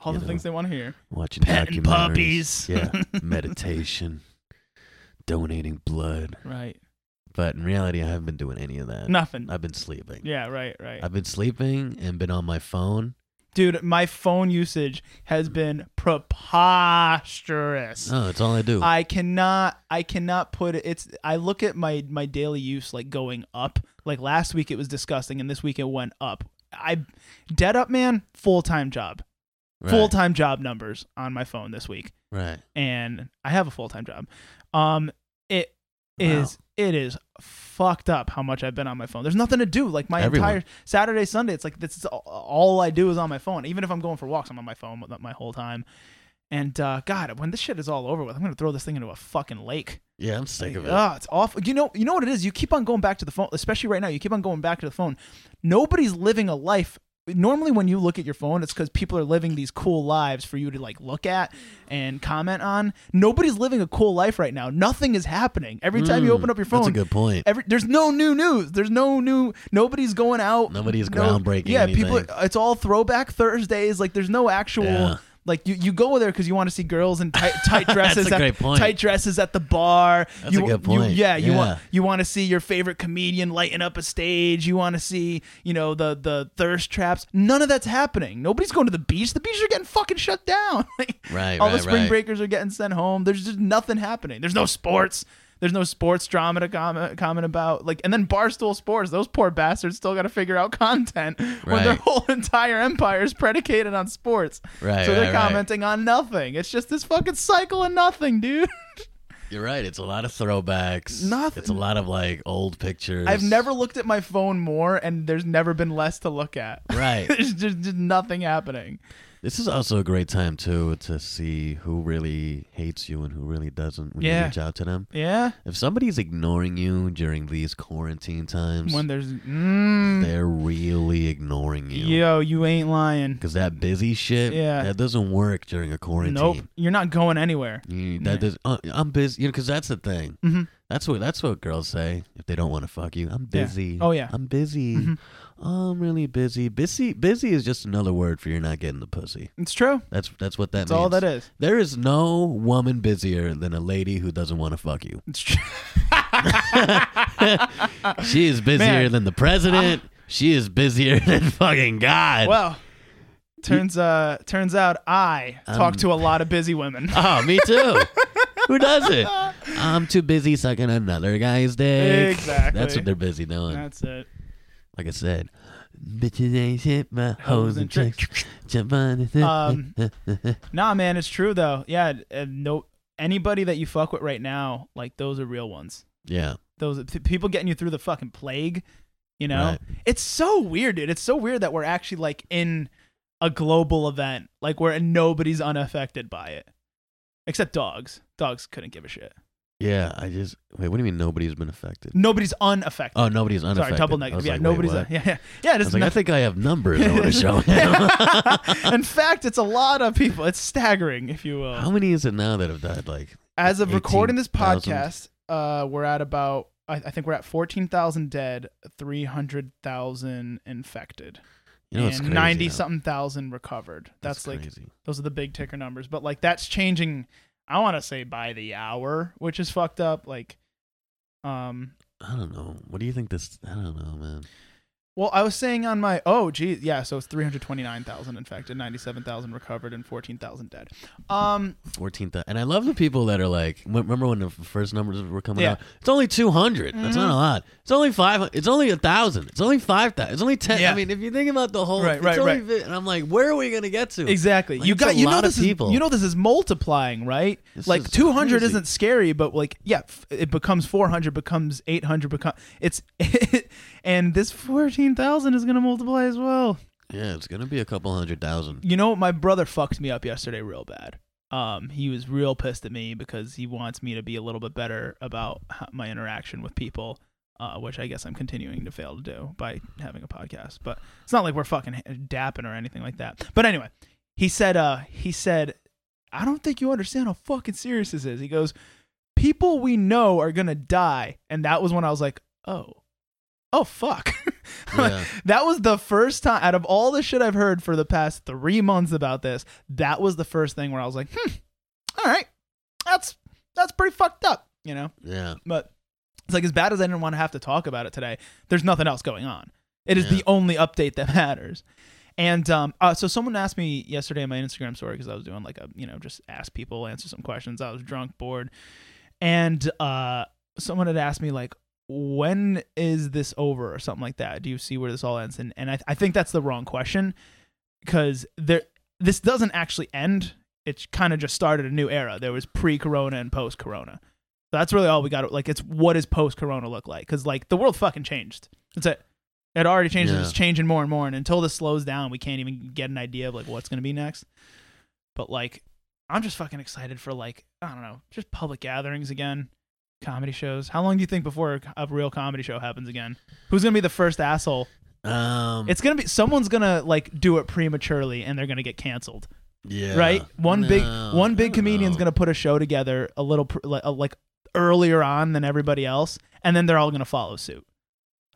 [SPEAKER 1] all
[SPEAKER 3] You
[SPEAKER 1] the
[SPEAKER 3] know,
[SPEAKER 1] things they want to hear.
[SPEAKER 3] watching
[SPEAKER 1] Petting
[SPEAKER 3] documentaries,
[SPEAKER 1] puppies.
[SPEAKER 3] yeah meditation donating blood
[SPEAKER 1] Right.
[SPEAKER 3] but in reality i haven't been doing any of that
[SPEAKER 1] Nothing.
[SPEAKER 3] i've been sleeping
[SPEAKER 1] Yeah. Right. Right.
[SPEAKER 3] i've been sleeping and been on my phone
[SPEAKER 1] Dude, my phone usage has been preposterous.
[SPEAKER 3] no it's Oh, all i do
[SPEAKER 1] I cannot I cannot put it it's I look at my my daily use like going up. Like last week it was disgusting and this week it went up. I dead up man, full-time job.
[SPEAKER 3] right,
[SPEAKER 1] Full-time job numbers on my phone this week.
[SPEAKER 3] right
[SPEAKER 1] And I have a full-time job. Um it
[SPEAKER 3] Wow.
[SPEAKER 1] is it is fucked up how much I've been on my phone. There's nothing to do. Like my
[SPEAKER 3] Everyone.
[SPEAKER 1] entire Saturday, Sunday, it's like this is all, all I do is on my phone. Even if I'm going for walks, I'm on my phone my whole time. And uh, God, when this shit is all over with, I'm gonna throw this thing into a fucking lake.
[SPEAKER 3] yeah i'm sick of it
[SPEAKER 1] Ah, it's awful. You know, you know what it is. You keep on going back to the phone, especially right now. You keep on going back to the phone. Nobody's living a life. Normally, when you look at your phone, it's because people are living these cool lives for you to like look at and comment on. Nobody's living a cool life right now. Nothing is happening. Every time you
[SPEAKER 3] Mm,
[SPEAKER 1] open up your phone,
[SPEAKER 3] that's a good point
[SPEAKER 1] every there's no new news. There's no new. Nobody's going out.
[SPEAKER 3] Nobody's
[SPEAKER 1] No-
[SPEAKER 3] groundbreaking
[SPEAKER 1] Yeah, people.
[SPEAKER 3] anything.
[SPEAKER 1] It's all throwback Thursdays. Like there's no actual.
[SPEAKER 3] Yeah.
[SPEAKER 1] Like you, you go there because you want to see girls in tight, tight dresses.
[SPEAKER 3] a
[SPEAKER 1] at,
[SPEAKER 3] great point.
[SPEAKER 1] Tight dresses at the bar.
[SPEAKER 3] That's a
[SPEAKER 1] You-
[SPEAKER 3] good
[SPEAKER 1] you-
[SPEAKER 3] point.
[SPEAKER 1] yeah, you
[SPEAKER 3] Yeah.
[SPEAKER 1] want you want to see your favorite comedian lighting up a stage. You want to see you know the the thirst traps. None of that's happening. Nobody's going to the beach. The beaches are getting fucking shut down. Like,
[SPEAKER 3] Right,
[SPEAKER 1] All the
[SPEAKER 3] right,
[SPEAKER 1] spring
[SPEAKER 3] right.
[SPEAKER 1] breakers are getting sent home. There's just nothing happening. There's no sports. There's no sports drama to comment, comment about. Like, and then Barstool Sports, those poor bastards still got to figure out content when their
[SPEAKER 3] Right.
[SPEAKER 1] whole entire empire is predicated on sports.
[SPEAKER 3] Right,
[SPEAKER 1] So they're
[SPEAKER 3] right, right.
[SPEAKER 1] commenting on nothing. It's just this fucking cycle of nothing, dude.
[SPEAKER 3] You're right. It's a lot of throwbacks.
[SPEAKER 1] Nothing-
[SPEAKER 3] It's a lot of like old pictures.
[SPEAKER 1] I've never looked at my phone more, and there's never been less to look at.
[SPEAKER 3] Right.
[SPEAKER 1] there's just, just nothing happening.
[SPEAKER 3] This is also a great time too to see who really hates you and who really doesn't when
[SPEAKER 1] Yeah.
[SPEAKER 3] you reach out to them.
[SPEAKER 1] Yeah.
[SPEAKER 3] If somebody's ignoring you during these quarantine times,
[SPEAKER 1] When there's, mm,
[SPEAKER 3] they're really ignoring you.
[SPEAKER 1] yo, you ain't lying.
[SPEAKER 3] Because that busy shit,
[SPEAKER 1] Yeah.
[SPEAKER 3] that doesn't work during a quarantine.
[SPEAKER 1] Nope. You're not going anywhere.
[SPEAKER 3] You, that does, uh, I'm busy, you know, because that's the thing.
[SPEAKER 1] Mhm.
[SPEAKER 3] That's what that's what girls say if they don't want to fuck you. I'm
[SPEAKER 1] Yeah.
[SPEAKER 3] busy.
[SPEAKER 1] Oh, yeah.
[SPEAKER 3] I'm busy.
[SPEAKER 1] Mhm.
[SPEAKER 3] Oh, I'm really busy. Busy busy is just another word for you're not getting the pussy.
[SPEAKER 1] It's true.
[SPEAKER 3] That's that's what that
[SPEAKER 1] That's
[SPEAKER 3] means.
[SPEAKER 1] all that is.
[SPEAKER 3] There is no woman busier than a lady who doesn't want to fuck you.
[SPEAKER 1] It's true.
[SPEAKER 3] She is busier
[SPEAKER 1] Man.
[SPEAKER 3] than the president. she is busier than fucking God.
[SPEAKER 1] Well, turns uh turns out I talk
[SPEAKER 3] Um,
[SPEAKER 1] to a lot of busy women.
[SPEAKER 3] oh, me too. who does it? I'm too busy sucking another guy's dick. That's
[SPEAKER 1] Exactly.
[SPEAKER 3] what they're busy doing.
[SPEAKER 1] That's it.
[SPEAKER 3] like I said, bitches ain't shit but hoes and tricks. Jump on it.
[SPEAKER 1] Um, Nah, man, it's true though. Yeah, uh, no anybody that you fuck with right now, like those are real ones.
[SPEAKER 3] yeah,
[SPEAKER 1] Those p- people getting you through the fucking plague, you know?
[SPEAKER 3] Right.
[SPEAKER 1] It's so weird, dude. It's so weird that we're actually like in a global event, like where nobody's unaffected by it. Except dogs. Dogs couldn't give a shit.
[SPEAKER 3] yeah. I just wait. What do you mean nobody's been affected?
[SPEAKER 1] Nobody's unaffected.
[SPEAKER 3] Oh, nobody's
[SPEAKER 1] Sorry,
[SPEAKER 3] unaffected.
[SPEAKER 1] double
[SPEAKER 3] I
[SPEAKER 1] negative.
[SPEAKER 3] was
[SPEAKER 1] Yeah,
[SPEAKER 3] like, wait,
[SPEAKER 1] nobody's.
[SPEAKER 3] what?
[SPEAKER 1] yeah, yeah, yeah.
[SPEAKER 3] I
[SPEAKER 1] There's
[SPEAKER 3] was like, I
[SPEAKER 1] nothing.
[SPEAKER 3] think I have numbers. I want to show him.
[SPEAKER 1] In fact, it's a lot of people. It's staggering, if you
[SPEAKER 3] How
[SPEAKER 1] will.
[SPEAKER 3] many is it now that have died? Like,
[SPEAKER 1] As of recording this
[SPEAKER 3] 18,000?
[SPEAKER 1] podcast, uh, we're at about. I, I think we're at fourteen thousand dead, three hundred thousand infected,
[SPEAKER 3] you know, it's
[SPEAKER 1] and
[SPEAKER 3] crazy.
[SPEAKER 1] ninety
[SPEAKER 3] now.
[SPEAKER 1] something thousand recovered. That's, like
[SPEAKER 3] crazy.
[SPEAKER 1] those are the big ticker numbers. But like that's changing. I want to say by the hour, which is fucked up. Like, um,
[SPEAKER 3] I don't know. What do you think this? I don't know, man.
[SPEAKER 1] Well, I was saying on my oh geez, yeah, so it's 329,000 infected, 97,000 recovered and 14,000 dead. Um
[SPEAKER 3] 14,000. And I love the people that are like, m- remember when the f- first numbers were coming
[SPEAKER 1] Yeah.
[SPEAKER 3] out? It's only 200. That's not a lot. It's only 500. It's only 1,000. It's only 5,000. It's only 10.
[SPEAKER 1] Yeah.
[SPEAKER 3] I mean, if you think about the whole,
[SPEAKER 1] Right,
[SPEAKER 3] it's
[SPEAKER 1] right,
[SPEAKER 3] only
[SPEAKER 1] right.
[SPEAKER 3] fi- And I'm like, where are we going to get to?
[SPEAKER 1] exactly.
[SPEAKER 3] Like,
[SPEAKER 1] you
[SPEAKER 3] it's a
[SPEAKER 1] got you know
[SPEAKER 3] lot of
[SPEAKER 1] this is,
[SPEAKER 3] people.
[SPEAKER 1] you know this is multiplying, right?
[SPEAKER 3] This
[SPEAKER 1] like
[SPEAKER 3] is
[SPEAKER 1] 200
[SPEAKER 3] crazy.
[SPEAKER 1] isn't scary, but like yeah, f- it becomes 400 becomes 800 become it's and this 14,000 is going to multiply as well.
[SPEAKER 3] Yeah, it's going to be a couple hundred thousand.
[SPEAKER 1] You know, my brother fucked me up yesterday real bad. Um, he was real pissed at me because he wants me to be a little bit better about how, my interaction with people, uh, which I guess I'm continuing to fail to do by having a podcast. But it's not like we're fucking dapping or anything like that. But anyway, he said, uh, he said, I don't think you understand how fucking serious this is. He goes, people we know are gonna die, and that was when I was like, oh, oh fuck.
[SPEAKER 3] Yeah.
[SPEAKER 1] That was the first time out of all the shit I've heard for the past three months about this. That was the first thing where I was like, hmm, all right, that's that's pretty fucked up, you know.
[SPEAKER 3] yeah.
[SPEAKER 1] But it's like as bad as I didn't want to have to talk about it today. There's nothing else going on. It is
[SPEAKER 3] Yeah.
[SPEAKER 1] the only update that matters. And um, uh, so someone asked me yesterday on my Instagram story because I was doing like a you know just ask people answer some questions. I was drunk, bored, and uh, someone had asked me like, when is this over or something like that? Do you see where this all ends? And and I, I think that's the wrong question because there this doesn't actually end. It's kind of just started a new era. There was pre-corona and post-corona. So that's really all we got. Like, it's what does post corona look like? Because, like, the world fucking changed. That's it. It already changed. and
[SPEAKER 3] Yeah.
[SPEAKER 1] It's changing more and more. And until this slows down, we can't even get an idea of, like, what's going to be next. But, like, I'm just fucking excited for, like, I don't know, just public gatherings again, comedy shows. How long do you think before a real comedy show happens again? Who's going to be the first asshole?
[SPEAKER 3] Um,
[SPEAKER 1] It's going to be someone's going to, like, do it prematurely and they're going to get canceled
[SPEAKER 3] yeah.
[SPEAKER 1] right? One big
[SPEAKER 3] No,
[SPEAKER 1] one
[SPEAKER 3] I
[SPEAKER 1] big
[SPEAKER 3] don't
[SPEAKER 1] comedian's
[SPEAKER 3] know.
[SPEAKER 1] gonna put a show together a little pr- like, uh, like earlier on than everybody else, and then they're all gonna follow suit.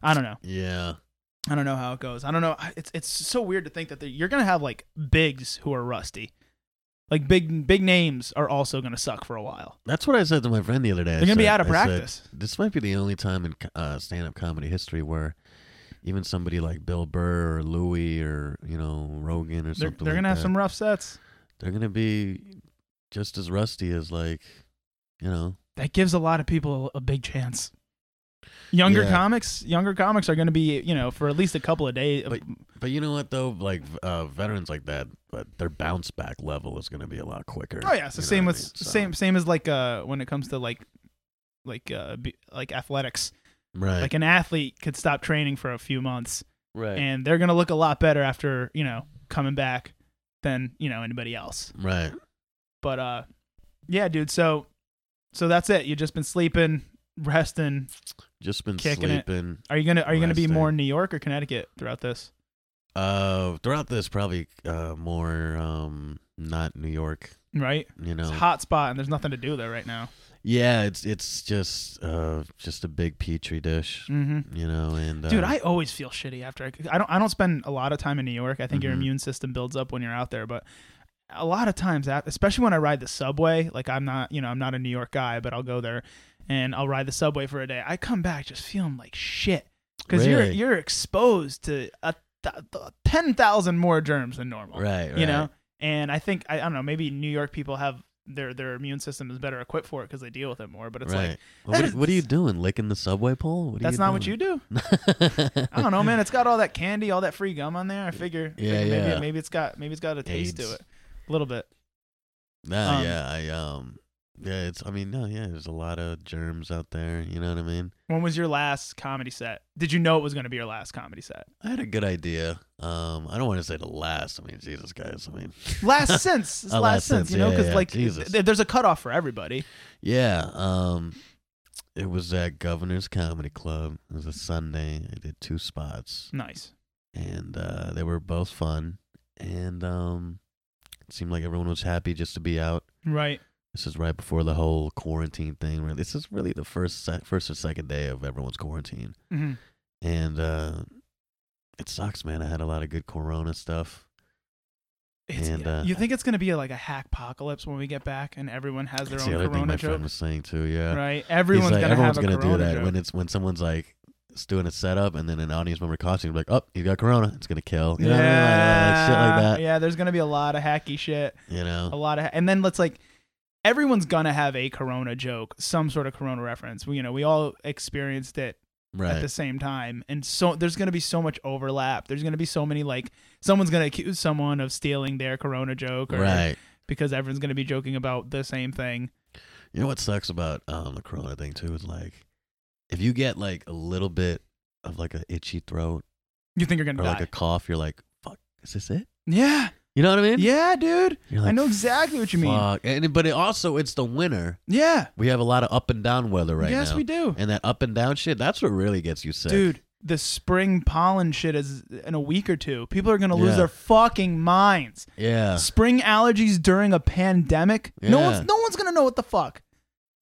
[SPEAKER 1] I don't know.
[SPEAKER 3] Yeah.
[SPEAKER 1] I don't know how it goes. I don't know. It's it's so weird to think that the- you're gonna have like bigs who are rusty, like big big names are also gonna suck for a while.
[SPEAKER 3] That's what I said to my friend the other day. I
[SPEAKER 1] They're gonna be
[SPEAKER 3] said-
[SPEAKER 1] out of
[SPEAKER 3] I said,
[SPEAKER 1] practice.
[SPEAKER 3] this might be the only time in co- uh, stand-up comedy history where even somebody like Bill Burr or Louis or you know Rogan or
[SPEAKER 1] They're,
[SPEAKER 3] something.
[SPEAKER 1] they're
[SPEAKER 3] like
[SPEAKER 1] gonna have
[SPEAKER 3] that,
[SPEAKER 1] some rough sets.
[SPEAKER 3] They're gonna be just as rusty as like, you know.
[SPEAKER 1] That gives a lot of people a big chance. Younger
[SPEAKER 3] Yeah.
[SPEAKER 1] comics, younger comics are going to be, you know, for at least a couple of days.
[SPEAKER 3] But- But you know what though, like v- uh, veterans like that, but their bounce back level is gonna be a lot quicker.
[SPEAKER 1] Oh yeah, it's the
[SPEAKER 3] you know
[SPEAKER 1] same
[SPEAKER 3] what
[SPEAKER 1] with
[SPEAKER 3] I mean? So-
[SPEAKER 1] same same as like uh when it comes to like like uh be, like athletics.
[SPEAKER 3] Right.
[SPEAKER 1] Like an athlete could stop training for a few months
[SPEAKER 3] right.
[SPEAKER 1] and they're going to look a lot better after, you know, coming back than, you know, anybody else.
[SPEAKER 3] right.
[SPEAKER 1] But uh yeah, dude, so so that's it. You've just been sleeping, resting.
[SPEAKER 3] Just been
[SPEAKER 1] Kicking it.
[SPEAKER 3] sleeping.
[SPEAKER 1] Are you going to are you going to be
[SPEAKER 3] Resting.
[SPEAKER 1] more in New York or Connecticut throughout this?
[SPEAKER 3] Uh, throughout this, probably uh, more um, not New York.
[SPEAKER 1] Right?
[SPEAKER 3] You know,
[SPEAKER 1] It's a hot spot and there's nothing to do there right now.
[SPEAKER 3] Yeah, it's it's just uh just a big petri dish,
[SPEAKER 1] Mhm.
[SPEAKER 3] you know. And uh,
[SPEAKER 1] Dude, I always feel shitty after I, I don't I don't spend a lot of time in New York. I think your
[SPEAKER 3] Mhm.
[SPEAKER 1] immune system builds up when you're out there, but a lot of times, at- especially when I ride the subway, like I'm not, you know, I'm not a New York guy, but I'll go there and I'll ride the subway for a day. I come back just feeling like shit because you're
[SPEAKER 3] Really?
[SPEAKER 1] you're exposed to a th- th- ten thousand more germs than normal,
[SPEAKER 3] right, right,
[SPEAKER 1] you know. And I think I, I don't know, maybe New York people have their their immune system is better equipped for it because they deal with it more. But it's
[SPEAKER 3] right.
[SPEAKER 1] like
[SPEAKER 3] Well, what,
[SPEAKER 1] that
[SPEAKER 3] what are you
[SPEAKER 1] is-
[SPEAKER 3] doing? Licking the subway pole? What are
[SPEAKER 1] that's not what you do.
[SPEAKER 3] do.
[SPEAKER 1] I don't know, man. It's got all that candy, all that free gum on there. I figure, I
[SPEAKER 3] Yeah,
[SPEAKER 1] figure maybe
[SPEAKER 3] yeah.
[SPEAKER 1] maybe it's got maybe it's got a taste
[SPEAKER 3] AIDS.
[SPEAKER 1] to it, a little bit.
[SPEAKER 3] No,
[SPEAKER 1] Um,
[SPEAKER 3] yeah, I um, yeah, it's. I mean, no, yeah, there's a lot of germs out there. You know what I mean?
[SPEAKER 1] When was your last comedy set? Did you know it was going to be your last comedy set?
[SPEAKER 3] I had a good idea. Um, I don't want to say the last. I mean, Jesus, guys. I mean,
[SPEAKER 1] Last since, it's
[SPEAKER 3] Oh,
[SPEAKER 1] last,
[SPEAKER 3] last
[SPEAKER 1] since,
[SPEAKER 3] since.
[SPEAKER 1] you know,
[SPEAKER 3] Yeah,
[SPEAKER 1] because
[SPEAKER 3] yeah,
[SPEAKER 1] like
[SPEAKER 3] Jesus.
[SPEAKER 1] th- there's a cutoff for everybody.
[SPEAKER 3] yeah. Um, it was at Governor's Comedy Club. It was a Sunday. I did two spots.
[SPEAKER 1] Nice.
[SPEAKER 3] and uh, they were both fun. And um, it seemed like everyone was happy just to be out.
[SPEAKER 1] Right.
[SPEAKER 3] This is right before the whole quarantine thing. Really, this is really the first sec- first or second day of everyone's quarantine,
[SPEAKER 1] hmm
[SPEAKER 3] and uh, it sucks, man. I had a lot of good Corona stuff.
[SPEAKER 1] It's,
[SPEAKER 3] And, uh,
[SPEAKER 1] you think it's going to be like a hack apocalypse when we get back and everyone has their
[SPEAKER 3] That's
[SPEAKER 1] own
[SPEAKER 3] the other thing
[SPEAKER 1] corona
[SPEAKER 3] my
[SPEAKER 1] joke,
[SPEAKER 3] friend was saying too. Yeah,
[SPEAKER 1] right?
[SPEAKER 3] He's
[SPEAKER 1] Everyone's
[SPEAKER 3] like,
[SPEAKER 1] going to
[SPEAKER 3] everyone's
[SPEAKER 1] have a
[SPEAKER 3] gonna
[SPEAKER 1] corona
[SPEAKER 3] do that
[SPEAKER 1] joke.
[SPEAKER 3] when it's when someone's like s- doing a setup and then an audience member coughs, and you're like, oh, he's got corona. It's gonna kill. You know, like, uh,
[SPEAKER 1] yeah,
[SPEAKER 3] shit like that.
[SPEAKER 1] Yeah, there's gonna be a lot of hacky shit.
[SPEAKER 3] You know,
[SPEAKER 1] a lot of and then let's like everyone's gonna have a corona joke some sort of corona reference we, you know we all experienced it at
[SPEAKER 3] right?
[SPEAKER 1] the same time and so there's gonna be so much overlap there's gonna be so many like someone's gonna accuse someone of stealing their corona joke or
[SPEAKER 3] Right.
[SPEAKER 1] because everyone's gonna be joking about the same thing
[SPEAKER 3] You know what sucks about um, the corona thing too is like, if you get like a little bit of like a itchy throat
[SPEAKER 1] you think you're gonna
[SPEAKER 3] or
[SPEAKER 1] die
[SPEAKER 3] Oh, like a cough, you're like, fuck, is this it?
[SPEAKER 1] yeah
[SPEAKER 3] You know what I mean?
[SPEAKER 1] yeah dude
[SPEAKER 3] You're
[SPEAKER 1] i know exactly what you mean
[SPEAKER 3] Fuck. And it- but it also it's the winter.
[SPEAKER 1] yeah
[SPEAKER 3] We have a lot of up and down weather right
[SPEAKER 1] yes
[SPEAKER 3] now.
[SPEAKER 1] we do
[SPEAKER 3] And that up and down shit, that's what really gets you sick.
[SPEAKER 1] dude the spring pollen shit is in a week or two people are gonna lose
[SPEAKER 3] Yeah.
[SPEAKER 1] their fucking minds
[SPEAKER 3] Yeah.
[SPEAKER 1] spring allergies during a pandemic. No
[SPEAKER 3] Yeah.
[SPEAKER 1] one's no one's gonna know what the fuck.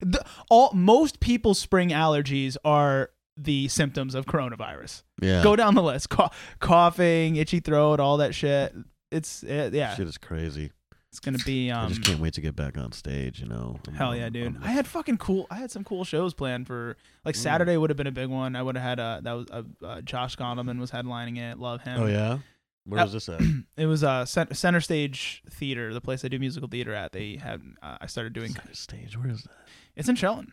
[SPEAKER 1] The, all most people's spring allergies are the symptoms of coronavirus.
[SPEAKER 3] Yeah.
[SPEAKER 1] Go down the list: Cou- coughing, itchy throat, all that shit. It's it, yeah,
[SPEAKER 3] Shit is crazy.
[SPEAKER 1] it's gonna be
[SPEAKER 3] I
[SPEAKER 1] um
[SPEAKER 3] just can't wait to get back on stage, you know. I'm-
[SPEAKER 1] hell yeah,
[SPEAKER 3] I'm-
[SPEAKER 1] dude.
[SPEAKER 3] I'm-
[SPEAKER 1] I had fucking cool. I had some cool shows planned for like
[SPEAKER 3] Mm.
[SPEAKER 1] Saturday would have been a big one. I would have had uh that was uh, uh, Josh Gondelman was headlining it. Love him.
[SPEAKER 3] Oh yeah? Where
[SPEAKER 1] Uh,
[SPEAKER 3] was this at?
[SPEAKER 1] It was uh cent- center stage theater, the place I do musical theater at. They had uh, I started doing.
[SPEAKER 3] Center stage. Where is that?
[SPEAKER 1] It's in Shelton.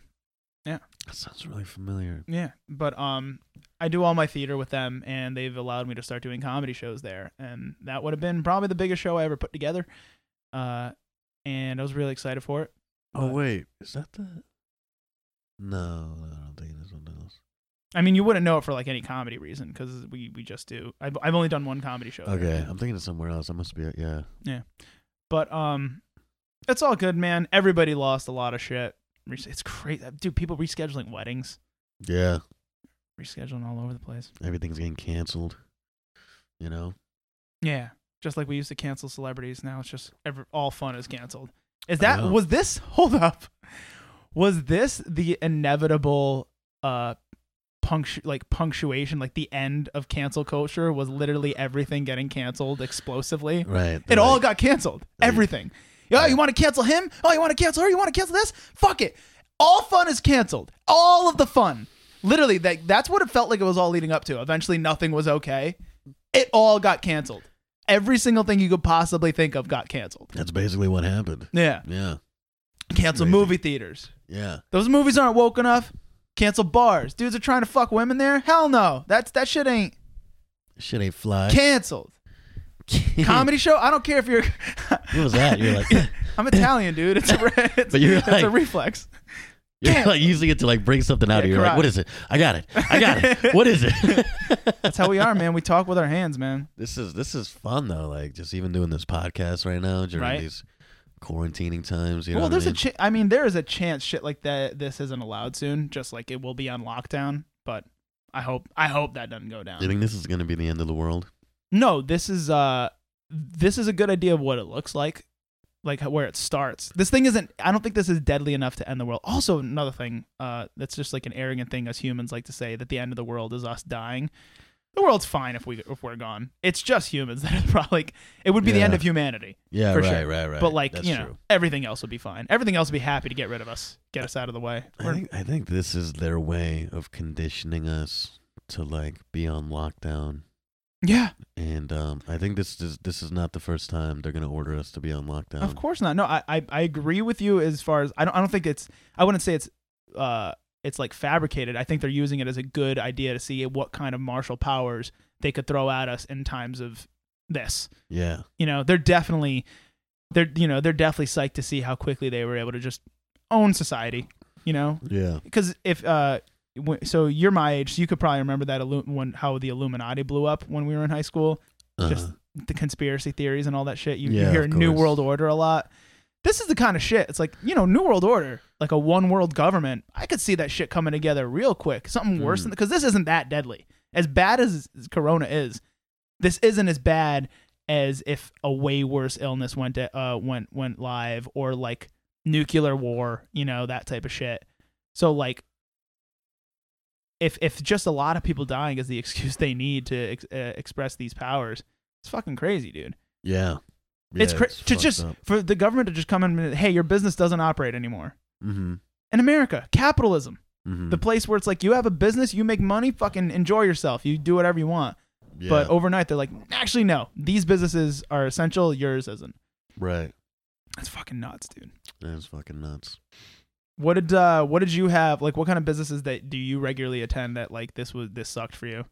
[SPEAKER 3] That sounds really familiar.
[SPEAKER 1] Yeah, but um, I do all my theater with them, and they've allowed me to start doing comedy shows there, and that would have been probably the biggest show I ever put together. Uh, and I was really excited for it.
[SPEAKER 3] Oh
[SPEAKER 1] But-
[SPEAKER 3] wait, is that the? No, no, I'm thinking of something else.
[SPEAKER 1] I mean, you wouldn't know it for like any comedy reason because we we just do. I've I've only done one comedy show. Oh, there.
[SPEAKER 3] Okay, I'm thinking of somewhere else. I must be. Yeah.
[SPEAKER 1] but um, it's all good, man. Everybody lost a lot of shit. Re- It's crazy, dude. People rescheduling weddings,
[SPEAKER 3] Yeah.
[SPEAKER 1] rescheduling all over the place.
[SPEAKER 3] Everything's getting canceled. You know.
[SPEAKER 1] Yeah, just like we used to cancel celebrities. Now it's just every, all fun is canceled. Is that
[SPEAKER 3] know.
[SPEAKER 1] was this? Hold up, was this the inevitable uh punctu like punctuation like the end of cancel culture was literally everything getting canceled explosively.
[SPEAKER 3] Right.
[SPEAKER 1] It all got canceled.
[SPEAKER 3] Like-
[SPEAKER 1] Everything. Oh, you want to cancel him? Oh, you want to cancel her? You want to cancel this? Fuck it. All fun is canceled. All of the fun. Literally, that, that's what it felt like it was all leading up to. Eventually, nothing was okay. It all got canceled. Every single thing you could possibly think of got canceled.
[SPEAKER 3] That's basically what happened.
[SPEAKER 1] Yeah.
[SPEAKER 3] Yeah.
[SPEAKER 1] Cancel
[SPEAKER 3] Crazy.
[SPEAKER 1] movie theaters.
[SPEAKER 3] Yeah.
[SPEAKER 1] Those movies aren't woke enough. Cancel bars. Dudes are trying to fuck women there. Hell no. That's that shit ain't
[SPEAKER 3] Shit ain't fly.
[SPEAKER 1] canceled. Comedy show? I don't care if you're
[SPEAKER 3] what was that? You're like,
[SPEAKER 1] I'm Italian, dude. It's a re- it's,
[SPEAKER 3] But you're
[SPEAKER 1] it's a
[SPEAKER 3] like-
[SPEAKER 1] reflex.
[SPEAKER 3] you're like using it to like bring something out
[SPEAKER 1] Yeah,
[SPEAKER 3] of you. You're like,
[SPEAKER 1] karate.
[SPEAKER 3] what is it? I got it. I got it. What is it?
[SPEAKER 1] That's how we are, man. We talk with our hands, man.
[SPEAKER 3] this is this is fun though. Like just even doing this podcast right now during
[SPEAKER 1] Right.
[SPEAKER 3] these quarantining times. You know
[SPEAKER 1] well,
[SPEAKER 3] what
[SPEAKER 1] there's
[SPEAKER 3] I
[SPEAKER 1] a
[SPEAKER 3] mean?
[SPEAKER 1] cha- I mean, there is a chance shit like that this isn't allowed soon, just like it will be on lockdown, but I hope I hope that doesn't go
[SPEAKER 3] you
[SPEAKER 1] down.
[SPEAKER 3] think this is gonna be the end of the world?
[SPEAKER 1] No, this is uh this is a good idea of what it looks like, like how- where it starts. This thing isn't I don't think this is deadly enough to end the world. Also, another thing uh that's just like an arrogant thing us humans like to say that the end of the world is us dying. The world's fine if we if we're gone. It's just humans that are probably like, it would be the
[SPEAKER 3] Yeah.
[SPEAKER 1] end of humanity.
[SPEAKER 3] Yeah,
[SPEAKER 1] For
[SPEAKER 3] right,
[SPEAKER 1] sure.
[SPEAKER 3] right, right.
[SPEAKER 1] but like
[SPEAKER 3] That's
[SPEAKER 1] you know
[SPEAKER 3] true.
[SPEAKER 1] everything else would be fine everything else would be happy to get rid of us get us out of the way
[SPEAKER 3] I
[SPEAKER 1] We're-
[SPEAKER 3] think I think this is their way of conditioning us to like be on lockdown.
[SPEAKER 1] yeah
[SPEAKER 3] And um, I think this is this is not the first time they're gonna order us to be on lockdown.
[SPEAKER 1] of course not no I, I i agree with you as far as i don't i don't think it's i wouldn't say it's uh it's like fabricated i think they're using it as a good idea to see what kind of martial powers they could throw at us in times of this
[SPEAKER 3] Yeah.
[SPEAKER 1] you know they're definitely they're you know they're definitely psyched to see how quickly they were able to just own society you know
[SPEAKER 3] Yeah.
[SPEAKER 1] because if uh w- so you're my age so you could probably remember that illu- when how the illuminati blew up when we were in high school
[SPEAKER 3] Uh-huh.
[SPEAKER 1] Just- the conspiracy theories and all that shit you, you
[SPEAKER 3] Yeah,
[SPEAKER 1] hear
[SPEAKER 3] of
[SPEAKER 1] new
[SPEAKER 3] course.
[SPEAKER 1] world order a lot this is the kind of shit it's like you know new world order like a one world government i could see that shit coming together real quick something worse than because this isn't that deadly as bad as corona is this isn't as bad as if a way worse illness went to, uh went went live or like nuclear war, you know, that type of shit. So like if if just a lot of people dying is the excuse they need to ex- uh, express these powers, it's fucking crazy, dude.
[SPEAKER 3] yeah.
[SPEAKER 1] it's cra- to just for the government to just come in and hey, your business doesn't operate anymore.
[SPEAKER 3] Mm-hmm.
[SPEAKER 1] In America, capitalism.
[SPEAKER 3] Mhm.
[SPEAKER 1] The place where it's like you have a business, you make money, fucking enjoy yourself. You do whatever you want.
[SPEAKER 3] Yeah,
[SPEAKER 1] But overnight they're like, actually no, these businesses are essential, yours isn't.
[SPEAKER 3] right.
[SPEAKER 1] That's fucking nuts, dude.
[SPEAKER 3] That's fucking nuts.
[SPEAKER 1] What did uh what did you have? Like what kind of businesses that do you regularly attend that like this was this sucked for you?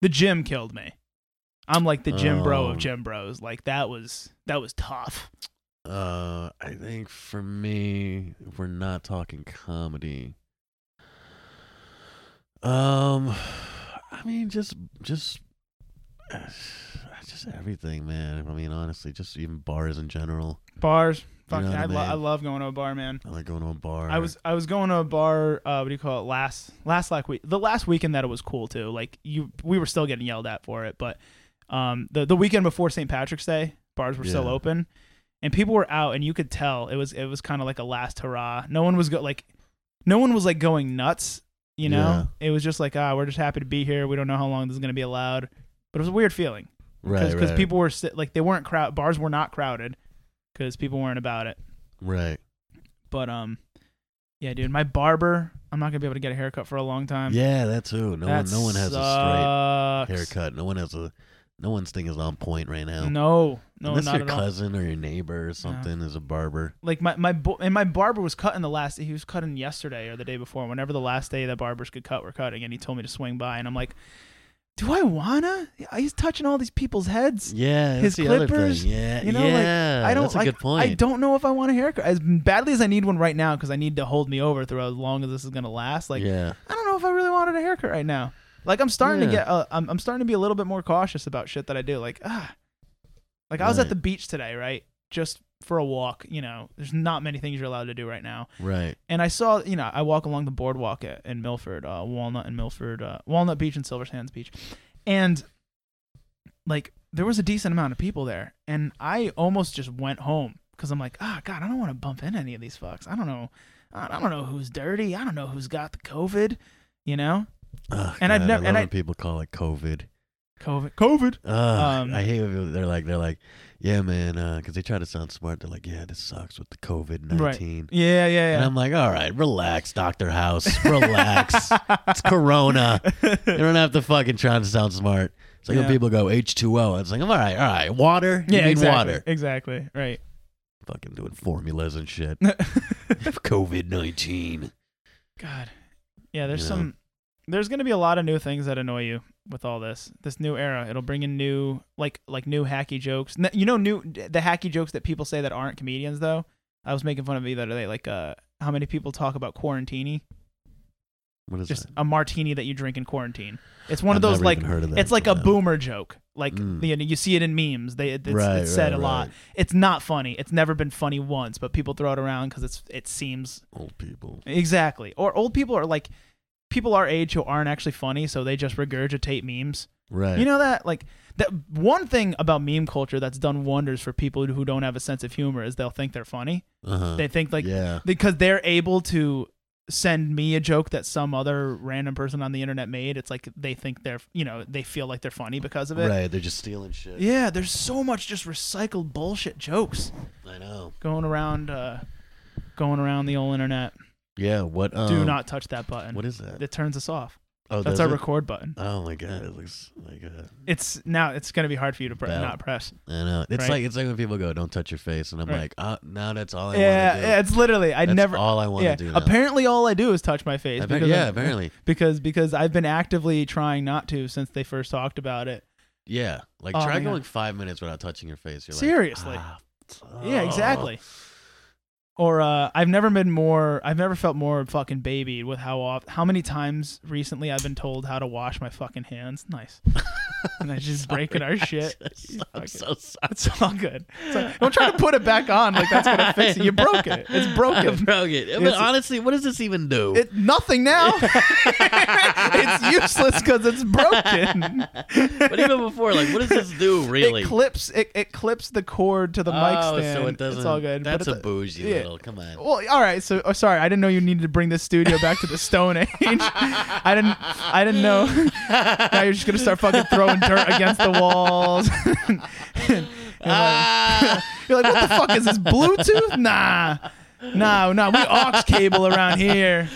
[SPEAKER 1] The gym killed me. I'm like the gym bro of
[SPEAKER 3] Um,
[SPEAKER 1] gym bros. Like that was that was tough.
[SPEAKER 3] Uh, I think for me, if we're not talking comedy. Um, I mean, just, just, just everything, man. I mean, honestly, just even bars in general.
[SPEAKER 1] Bars.
[SPEAKER 3] You
[SPEAKER 1] Fucking
[SPEAKER 3] know what I
[SPEAKER 1] I, lo-
[SPEAKER 3] mean?
[SPEAKER 1] I love going to a bar, man.
[SPEAKER 3] I like going to a bar.
[SPEAKER 1] I was I was going to a bar. Uh, what do you call it? Last last like week, the last weekend that it was cool too. Like you, we were still getting yelled at for it, but um, the the weekend before St. Patrick's Day, bars were still
[SPEAKER 3] Yeah.
[SPEAKER 1] open, and people were out, and you could tell it was it was kind of like a last hurrah. No one was go like, no one was like going nuts. You know, it was just like ah, we're just happy to be here. We don't know how long this is gonna be allowed, but it was a weird feeling
[SPEAKER 3] right,
[SPEAKER 1] because
[SPEAKER 3] right,
[SPEAKER 1] people were sit, like they weren't crowd bars were not crowded because people weren't about it.
[SPEAKER 3] right.
[SPEAKER 1] But um, yeah, dude, my barber. I'm not gonna be able to get a haircut for a long time.
[SPEAKER 3] yeah, that too. No one,
[SPEAKER 1] That
[SPEAKER 3] no one has a
[SPEAKER 1] sucks.
[SPEAKER 3] straight haircut. No one has a, no one's thing is on point right now.
[SPEAKER 1] No, no,
[SPEAKER 3] Unless
[SPEAKER 1] not
[SPEAKER 3] your
[SPEAKER 1] at all.
[SPEAKER 3] cousin or your neighbor or something is a barber.
[SPEAKER 1] Like my my bo- and my barber was cutting the last. He was cutting yesterday or the day before, whenever the last day that barbers could cut were cutting, and he told me to swing by, and I'm like, do I wanna? He's touching all these people's heads.
[SPEAKER 3] Yeah, that's
[SPEAKER 1] His
[SPEAKER 3] the
[SPEAKER 1] clippers,
[SPEAKER 3] Other thing. Yeah,
[SPEAKER 1] you know, like,
[SPEAKER 3] yeah,
[SPEAKER 1] I don't
[SPEAKER 3] That's a
[SPEAKER 1] like,
[SPEAKER 3] good point.
[SPEAKER 1] I don't know if I want a haircut as badly as I need one right now because I need to hold me over through as long as this is gonna last. Like,
[SPEAKER 3] yeah,
[SPEAKER 1] I don't know if I really wanted a haircut right now. Like I'm starting to
[SPEAKER 3] Yeah.
[SPEAKER 1] get, uh, I'm, I'm starting to be a little bit more cautious about shit that I do. Like ah, like I was at
[SPEAKER 3] Right.
[SPEAKER 1] the beach today, right? Just for a walk. You know, there's not many things you're allowed to do right now.
[SPEAKER 3] right.
[SPEAKER 1] And I saw, you know, I walk along the boardwalk at, in Milford, uh, Walnut and Milford, uh, Walnut Beach and Silver Sands Beach, and like there was a decent amount of people there, and I almost just went home because I'm like, ah, God, I don't want to bump into any of these fucks. I don't know, I I don't know who's dirty. I don't know who's got the COVID. You know,
[SPEAKER 3] Ugh,
[SPEAKER 1] And I've
[SPEAKER 3] God,
[SPEAKER 1] never-
[SPEAKER 3] I love
[SPEAKER 1] and I-
[SPEAKER 3] when people call it COVID.
[SPEAKER 1] COVID, COVID.
[SPEAKER 3] Ugh,
[SPEAKER 1] Um,
[SPEAKER 3] I hate when people- they're like they're like, yeah, man, because they try to sound smart. They're like, yeah, this sucks with the COVID nineteen.
[SPEAKER 1] Yeah,
[SPEAKER 3] And
[SPEAKER 1] yeah,
[SPEAKER 3] I'm like, all right, relax, Doctor House, relax.
[SPEAKER 1] yeah.
[SPEAKER 3] it's Corona. You don't have to fucking try to sound smart. It's like
[SPEAKER 1] Yeah.
[SPEAKER 3] when people go H2O. It's like, I'm all right, all right, water. You
[SPEAKER 1] yeah,
[SPEAKER 3] need
[SPEAKER 1] exactly.
[SPEAKER 3] water.
[SPEAKER 1] Exactly. Right.
[SPEAKER 3] Fucking doing formulas and shit. COVID nineteen.
[SPEAKER 1] God. Yeah, there's
[SPEAKER 3] Yeah.
[SPEAKER 1] some there's gonna be a lot of new things that annoy you with all this. This new era. It'll bring in new like like new hacky jokes. N- You know new the hacky jokes that people say that aren't comedians though. I was making fun of you the other day, like uh how many people talk about quarantini?
[SPEAKER 3] What is
[SPEAKER 1] Just
[SPEAKER 3] that?
[SPEAKER 1] a martini that you drink in quarantine. It's one of
[SPEAKER 3] I've
[SPEAKER 1] those
[SPEAKER 3] never
[SPEAKER 1] like
[SPEAKER 3] even heard of that
[SPEAKER 1] it's like
[SPEAKER 3] until
[SPEAKER 1] a
[SPEAKER 3] now.
[SPEAKER 1] boomer joke. Like
[SPEAKER 3] Mm.
[SPEAKER 1] you, know, you see it in memes. They it- it's,
[SPEAKER 3] Right,
[SPEAKER 1] it's said a
[SPEAKER 3] right,
[SPEAKER 1] lot.
[SPEAKER 3] right.
[SPEAKER 1] It's not funny. It's never been funny once, but people throw it around because it's it seems
[SPEAKER 3] Old people.
[SPEAKER 1] exactly. Or old people are like people our age who aren't actually funny, so they just regurgitate memes.
[SPEAKER 3] Right.
[SPEAKER 1] You know that like that one thing about meme culture that's done wonders for people who don't have a sense of humor is they'll think they're funny.
[SPEAKER 3] uh-huh.
[SPEAKER 1] They think like
[SPEAKER 3] yeah.
[SPEAKER 1] because they're able to send me a joke that some other random person on the internet made it's like they think they're you know they feel like they're funny because of it
[SPEAKER 3] Right. They're just stealing shit.
[SPEAKER 1] yeah there's so much just recycled bullshit jokes
[SPEAKER 3] I know.
[SPEAKER 1] going around uh going around the old internet
[SPEAKER 3] Yeah. What? Um,
[SPEAKER 1] do not touch that button
[SPEAKER 3] What is that?
[SPEAKER 1] it turns us off
[SPEAKER 3] oh,
[SPEAKER 1] that's
[SPEAKER 3] does
[SPEAKER 1] our
[SPEAKER 3] it?
[SPEAKER 1] record button
[SPEAKER 3] Oh my god! It looks like a.
[SPEAKER 1] it's now it's gonna be hard for you to pre-
[SPEAKER 3] Bell.
[SPEAKER 1] not press
[SPEAKER 3] I know. It's
[SPEAKER 1] Right.
[SPEAKER 3] like it's like when people go, "Don't touch your face," and I'm
[SPEAKER 1] Right.
[SPEAKER 3] like, "Oh, no, that's all I want
[SPEAKER 1] yeah,
[SPEAKER 3] to do."
[SPEAKER 1] yeah it's literally i
[SPEAKER 3] That's
[SPEAKER 1] never
[SPEAKER 3] all I want to
[SPEAKER 1] yeah
[SPEAKER 3] do. Now.
[SPEAKER 1] apparently all i do is touch my face
[SPEAKER 3] Appa-
[SPEAKER 1] because
[SPEAKER 3] yeah,
[SPEAKER 1] I'm-
[SPEAKER 3] apparently.
[SPEAKER 1] because because I've been actively trying not to since they first talked about it.
[SPEAKER 3] Yeah, like
[SPEAKER 1] Oh
[SPEAKER 3] try
[SPEAKER 1] my God.
[SPEAKER 3] going five minutes without touching your face. You're
[SPEAKER 1] Seriously.
[SPEAKER 3] Like, ah,
[SPEAKER 1] Yeah, exactly. Or uh, I've never been more. I've never felt more fucking babied with how off, how many times recently I've been told how to wash my fucking hands. Nice, and I just breaking our shit. You fucking-
[SPEAKER 3] I'm so sorry.
[SPEAKER 1] it's all good. It's like, don't try to put it back on like that's gonna fix it. You broke it. It's
[SPEAKER 3] I
[SPEAKER 1] broken.
[SPEAKER 3] broke it. But
[SPEAKER 1] It's-
[SPEAKER 3] honestly, what does this even do?
[SPEAKER 1] It nothing now. it's useless because it's broken.
[SPEAKER 3] but even before, like, what does this do really?
[SPEAKER 1] It clips it, it clips the cord to the mic
[SPEAKER 3] Oh,
[SPEAKER 1] stand.
[SPEAKER 3] so it doesn't.
[SPEAKER 1] It's all good. but
[SPEAKER 3] That's
[SPEAKER 1] it's
[SPEAKER 3] a bougie
[SPEAKER 1] yeah.
[SPEAKER 3] little. Come on.
[SPEAKER 1] Well, all right. So, oh, sorry, I didn't know you needed to bring this studio back to the Stone Age. I didn't. I didn't know. now you're just gonna start fucking throwing dirt against the walls. And, like,
[SPEAKER 3] Ah!
[SPEAKER 1] you're like, what the fuck is this Bluetooth? Nah, no, no. We aux cable around here.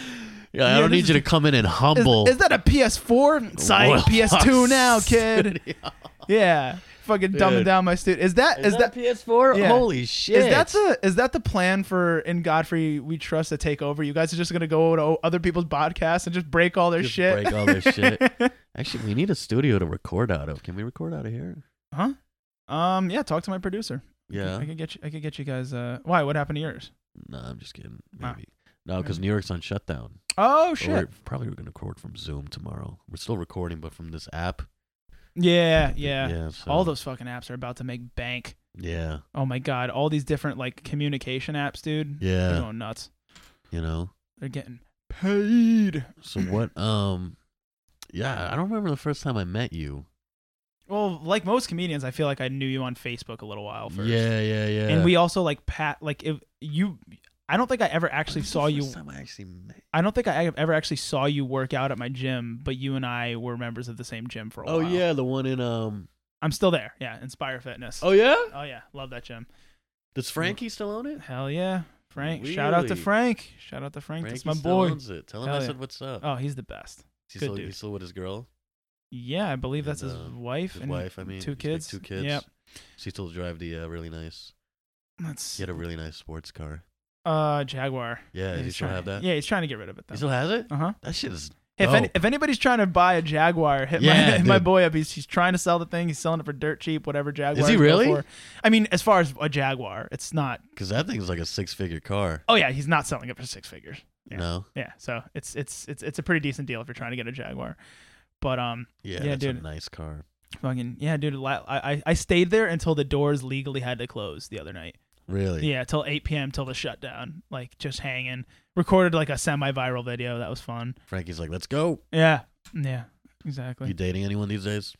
[SPEAKER 3] Yeah, I
[SPEAKER 1] Yeah,
[SPEAKER 3] don't
[SPEAKER 1] this
[SPEAKER 3] need you to come in and humble.
[SPEAKER 1] Is, is that a PS4? Psych,
[SPEAKER 3] Royal
[SPEAKER 1] PS2
[SPEAKER 3] Fox
[SPEAKER 1] now, kid.
[SPEAKER 3] Studio.
[SPEAKER 1] Yeah, fucking dumbing
[SPEAKER 3] Dude.
[SPEAKER 1] down my student. Is that is, that
[SPEAKER 3] PS4?
[SPEAKER 1] Yeah.
[SPEAKER 3] Holy shit!
[SPEAKER 1] is that the is that the plan for in Godfrey We Trust to take over? You guys are just gonna go to other people's podcasts and just break all their
[SPEAKER 3] Just
[SPEAKER 1] shit.
[SPEAKER 3] break all their shit. Actually, we need a studio to record out of. Can we record out of here?
[SPEAKER 1] huh? Um, yeah. Talk to my producer.
[SPEAKER 3] Yeah.
[SPEAKER 1] I could get you. I could get you guys. Uh, why? What happened to yours?
[SPEAKER 3] No, I'm just kidding.
[SPEAKER 1] Ah.
[SPEAKER 3] Maybe. No, because New York's on shutdown.
[SPEAKER 1] Oh
[SPEAKER 3] But
[SPEAKER 1] shit.
[SPEAKER 3] We're probably we're gonna record from Zoom tomorrow. We're still recording, but from this app.
[SPEAKER 1] yeah, yeah.
[SPEAKER 3] Yeah. So,
[SPEAKER 1] All those fucking apps are about to make bank.
[SPEAKER 3] Yeah.
[SPEAKER 1] Oh my god, all these different like communication apps, dude. They're
[SPEAKER 3] Yeah.
[SPEAKER 1] going nuts.
[SPEAKER 3] You know.
[SPEAKER 1] They're getting paid.
[SPEAKER 3] So what? Um. Yeah, I don't remember the first time I met you.
[SPEAKER 1] Well, like most comedians, I feel like I knew you on Facebook a little while Oh, first.
[SPEAKER 3] Yeah, yeah, yeah.
[SPEAKER 1] And we also like pat like if you I don't think I ever actually
[SPEAKER 3] When's the
[SPEAKER 1] saw you
[SPEAKER 3] first time I actually met.
[SPEAKER 1] I don't think I ever actually saw you work out at my gym, but you and I were members of the same gym for a
[SPEAKER 3] Oh
[SPEAKER 1] while.
[SPEAKER 3] yeah, the one in um.
[SPEAKER 1] I'm still there. Yeah, Inspire Fitness.
[SPEAKER 3] Oh yeah,
[SPEAKER 1] Oh yeah, love that gym.
[SPEAKER 3] does Frankie still own it?
[SPEAKER 1] Hell yeah. Frank. Shout out to
[SPEAKER 3] Really?
[SPEAKER 1] Frank. Shout out to Frank.
[SPEAKER 3] Frankie
[SPEAKER 1] That's my
[SPEAKER 3] still
[SPEAKER 1] boy.
[SPEAKER 3] Owns it. Tell him
[SPEAKER 1] Hell
[SPEAKER 3] I
[SPEAKER 1] yeah.
[SPEAKER 3] said what's up.
[SPEAKER 1] Oh, he's the best.
[SPEAKER 3] he's,
[SPEAKER 1] good
[SPEAKER 3] still,
[SPEAKER 1] dude.
[SPEAKER 3] he's still with his girl,
[SPEAKER 1] Yeah, I believe that's his
[SPEAKER 3] And, uh,
[SPEAKER 1] wife
[SPEAKER 3] his
[SPEAKER 1] and
[SPEAKER 3] wife. I mean,
[SPEAKER 1] two
[SPEAKER 3] he's got
[SPEAKER 1] kids.
[SPEAKER 3] Two kids.
[SPEAKER 1] Yep.
[SPEAKER 3] She still drive the uh, really nice.
[SPEAKER 1] That's
[SPEAKER 3] He had a really nice sports car.
[SPEAKER 1] uh Jaguar.
[SPEAKER 3] Yeah, does he
[SPEAKER 1] he's
[SPEAKER 3] still
[SPEAKER 1] trying-
[SPEAKER 3] have that?
[SPEAKER 1] Yeah, he's trying to get rid of it
[SPEAKER 3] he
[SPEAKER 1] though.
[SPEAKER 3] still has it.
[SPEAKER 1] Uh huh.
[SPEAKER 3] That shit is.
[SPEAKER 1] If any,
[SPEAKER 3] dope.
[SPEAKER 1] if anybody's trying to buy a Jaguar, hit my
[SPEAKER 3] Yeah,
[SPEAKER 1] hit my
[SPEAKER 3] dude.
[SPEAKER 1] boy up. He's he's trying to sell the thing. He's selling it for dirt cheap, whatever Jaguar.
[SPEAKER 3] he
[SPEAKER 1] go
[SPEAKER 3] really?
[SPEAKER 1] for. I mean, as far as a Jaguar, it's not.
[SPEAKER 3] Cause that thing's like a six figure car.
[SPEAKER 1] Oh yeah, he's not selling it for six figures. Yeah.
[SPEAKER 3] No.
[SPEAKER 1] Yeah, so it's it's it's it's a pretty decent deal if you're trying to get a Jaguar. But um,
[SPEAKER 3] Yeah,
[SPEAKER 1] Yeah,
[SPEAKER 3] that's a
[SPEAKER 1] dude.
[SPEAKER 3] nice car.
[SPEAKER 1] fucking yeah, dude. la- I I- I stayed there until the doors legally had to close the other night.
[SPEAKER 3] Really.
[SPEAKER 1] Yeah, till 8 p.m. till the shutdown. Like just hanging. Recorded like a semi-viral video. That was fun.
[SPEAKER 3] Frankie's like, let's go.
[SPEAKER 1] Yeah, yeah, exactly.
[SPEAKER 3] You dating anyone these days?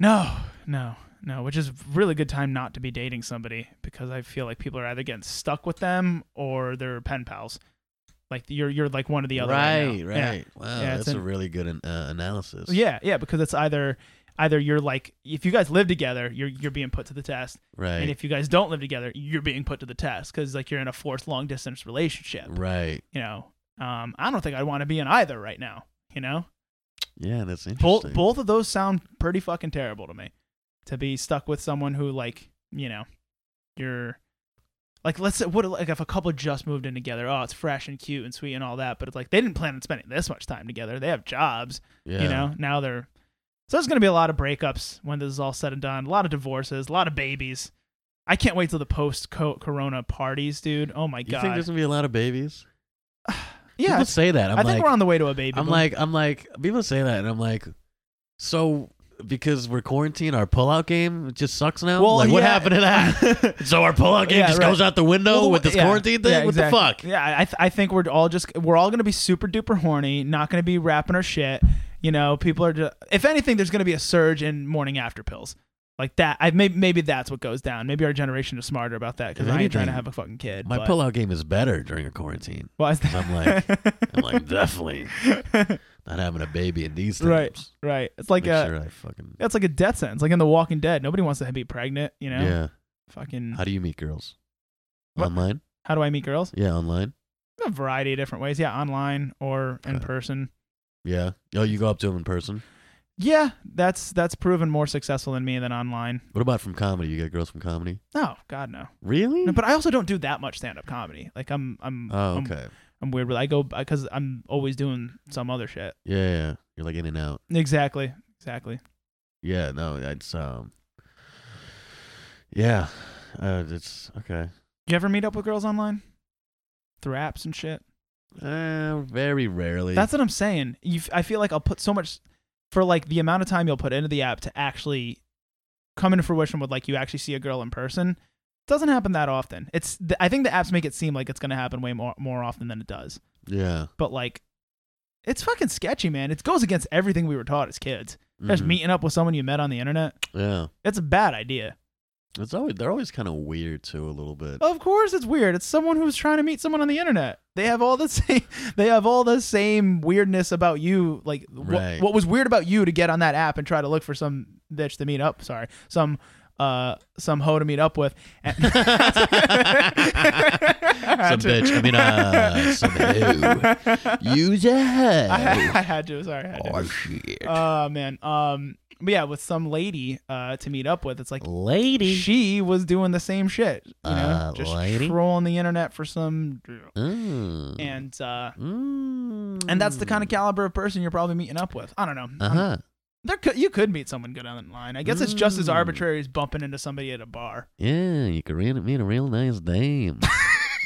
[SPEAKER 1] No, no, no. Which is a really good time not to be dating somebody because I feel like people are either getting stuck with them or they're pen pals. Like you're you're like one or the other.
[SPEAKER 3] right,
[SPEAKER 1] Right, now. Yeah.
[SPEAKER 3] right. Wow,
[SPEAKER 1] Yeah, it's
[SPEAKER 3] that's a
[SPEAKER 1] an-
[SPEAKER 3] really good an- uh, analysis.
[SPEAKER 1] Yeah, yeah, because it's either either you're like if you guys live together, you're you're being put to the test,
[SPEAKER 3] Right.
[SPEAKER 1] and if you guys don't live together, you're being put to the test because like you're in a forced long distance relationship.
[SPEAKER 3] right.
[SPEAKER 1] You know, um, I don't think I'd want to be in either right now. You know,
[SPEAKER 3] Yeah, that's interesting.
[SPEAKER 1] both both of those sound pretty fucking terrible to me. To be stuck with someone who like you know, you're like let's say what like if a couple just moved in together, oh it's fresh and cute and sweet and all that, but it's like they didn't plan on spending this much time together. They have jobs
[SPEAKER 3] yeah.
[SPEAKER 1] you know now they're so there's going to be a lot of breakups when this is all said and done a lot of divorces a lot of babies i can't wait till the post corona parties dude oh my
[SPEAKER 3] You think
[SPEAKER 1] god
[SPEAKER 3] there's gonna be a lot of babies?
[SPEAKER 1] yeah
[SPEAKER 3] People say that.
[SPEAKER 1] i
[SPEAKER 3] I'm
[SPEAKER 1] think
[SPEAKER 3] like,
[SPEAKER 1] we're on the way to a baby
[SPEAKER 3] I'm
[SPEAKER 1] boom.
[SPEAKER 3] like, I'm like, people say that, and I'm like, so because we're quarantined, our pullout game just sucks now.
[SPEAKER 1] Well,
[SPEAKER 3] like, what
[SPEAKER 1] yeah.
[SPEAKER 3] happened to that? so our pullout game
[SPEAKER 1] Yeah,
[SPEAKER 3] just
[SPEAKER 1] right.
[SPEAKER 3] goes out the window
[SPEAKER 1] Well,
[SPEAKER 3] with this
[SPEAKER 1] yeah,
[SPEAKER 3] quarantine thing.
[SPEAKER 1] yeah,
[SPEAKER 3] what the
[SPEAKER 1] exactly.
[SPEAKER 3] fuck?
[SPEAKER 1] yeah I, th- I think we're all just we're all going to be super duper horny not going to be rapping our shit you know people are just if anything there's going to be a surge in morning after pills like that i maybe, maybe that's what goes down maybe our generation is smarter about that because
[SPEAKER 3] If
[SPEAKER 1] i ain't trying to
[SPEAKER 3] anything,
[SPEAKER 1] have a fucking kid
[SPEAKER 3] My
[SPEAKER 1] but-
[SPEAKER 3] pullout game is better during a quarantine.
[SPEAKER 1] Why is that?
[SPEAKER 3] I'm like, I'm like, definitely not having a baby in these times.
[SPEAKER 1] Right. right it's like uh,
[SPEAKER 3] Make
[SPEAKER 1] a
[SPEAKER 3] sure I fucking
[SPEAKER 1] That's like a death sentence, like in The Walking Dead. Nobody wants to be pregnant, you know.
[SPEAKER 3] yeah.
[SPEAKER 1] Fucking.
[SPEAKER 3] How do you meet girls?
[SPEAKER 1] What?
[SPEAKER 3] Online?
[SPEAKER 1] How do I meet girls?
[SPEAKER 3] Yeah, online.
[SPEAKER 1] A variety of different ways. Yeah, online or in
[SPEAKER 3] Okay.
[SPEAKER 1] person.
[SPEAKER 3] Yeah. Oh, you go up to them in person.
[SPEAKER 1] Yeah, that's that's proven more successful than me than online.
[SPEAKER 3] What about from comedy? You got girls from comedy?
[SPEAKER 1] No, God no.
[SPEAKER 3] Really?
[SPEAKER 1] No, But um, I also don't do that much stand up comedy. Like I'm I'm
[SPEAKER 3] Hmm. Oh,
[SPEAKER 1] I'm-
[SPEAKER 3] okay.
[SPEAKER 1] I'm, weird with I go because I'm always doing some other shit.
[SPEAKER 3] Yeah, yeah, yeah. You're like in and out.
[SPEAKER 1] Exactly. Exactly.
[SPEAKER 3] Yeah, no, it's um Yeah. Uh it's okay.
[SPEAKER 1] You ever meet up with girls online? Through apps and shit.
[SPEAKER 3] Uh very rarely.
[SPEAKER 1] That's what I'm saying. You, f- I feel like I'll put so much for like the amount of time you'll put into the app to actually come into fruition with like you actually see a girl in person. Doesn't happen that often. It's th- I think the apps make it seem like it's gonna happen way more more often than it does.
[SPEAKER 3] yeah.
[SPEAKER 1] But like, it's fucking sketchy, man. It goes against everything we were taught as kids. Just
[SPEAKER 3] Mhm.
[SPEAKER 1] meeting up with someone you met on the internet.
[SPEAKER 3] Yeah.
[SPEAKER 1] It's a bad idea.
[SPEAKER 3] It's always they're always kinda weird too a little bit.
[SPEAKER 1] Of course, it's weird. It's someone who's trying to meet someone on the internet. They have all the same. They have all the same weirdness about you. Like wh-
[SPEAKER 3] Right.
[SPEAKER 1] what was weird about you to get on that app and try to look for some bitch to meet up. Sorry, some uh, some hoe to meet up with. And some
[SPEAKER 3] some bitch. I mean, uh, some hoe. Use a hoe.
[SPEAKER 1] I had, I had to. Sorry. I had to.
[SPEAKER 3] oh shit,
[SPEAKER 1] Oh man. Um. But yeah, with some lady uh to meet up with. It's like
[SPEAKER 3] lady.
[SPEAKER 1] she was doing the same shit. You know,
[SPEAKER 3] Uh,
[SPEAKER 1] just
[SPEAKER 3] lady?
[SPEAKER 1] trolling the internet for some.
[SPEAKER 3] Mm.
[SPEAKER 1] And uh,
[SPEAKER 3] Mm.
[SPEAKER 1] and that's the kind of caliber of person you're probably meeting up with. I don't know. Um,
[SPEAKER 3] Uh huh.
[SPEAKER 1] There could you could meet someone good online. I guess it's just as
[SPEAKER 3] Mm.
[SPEAKER 1] arbitrary as bumping into somebody at a bar.
[SPEAKER 3] Yeah, you could read it. Meet a real nice dame.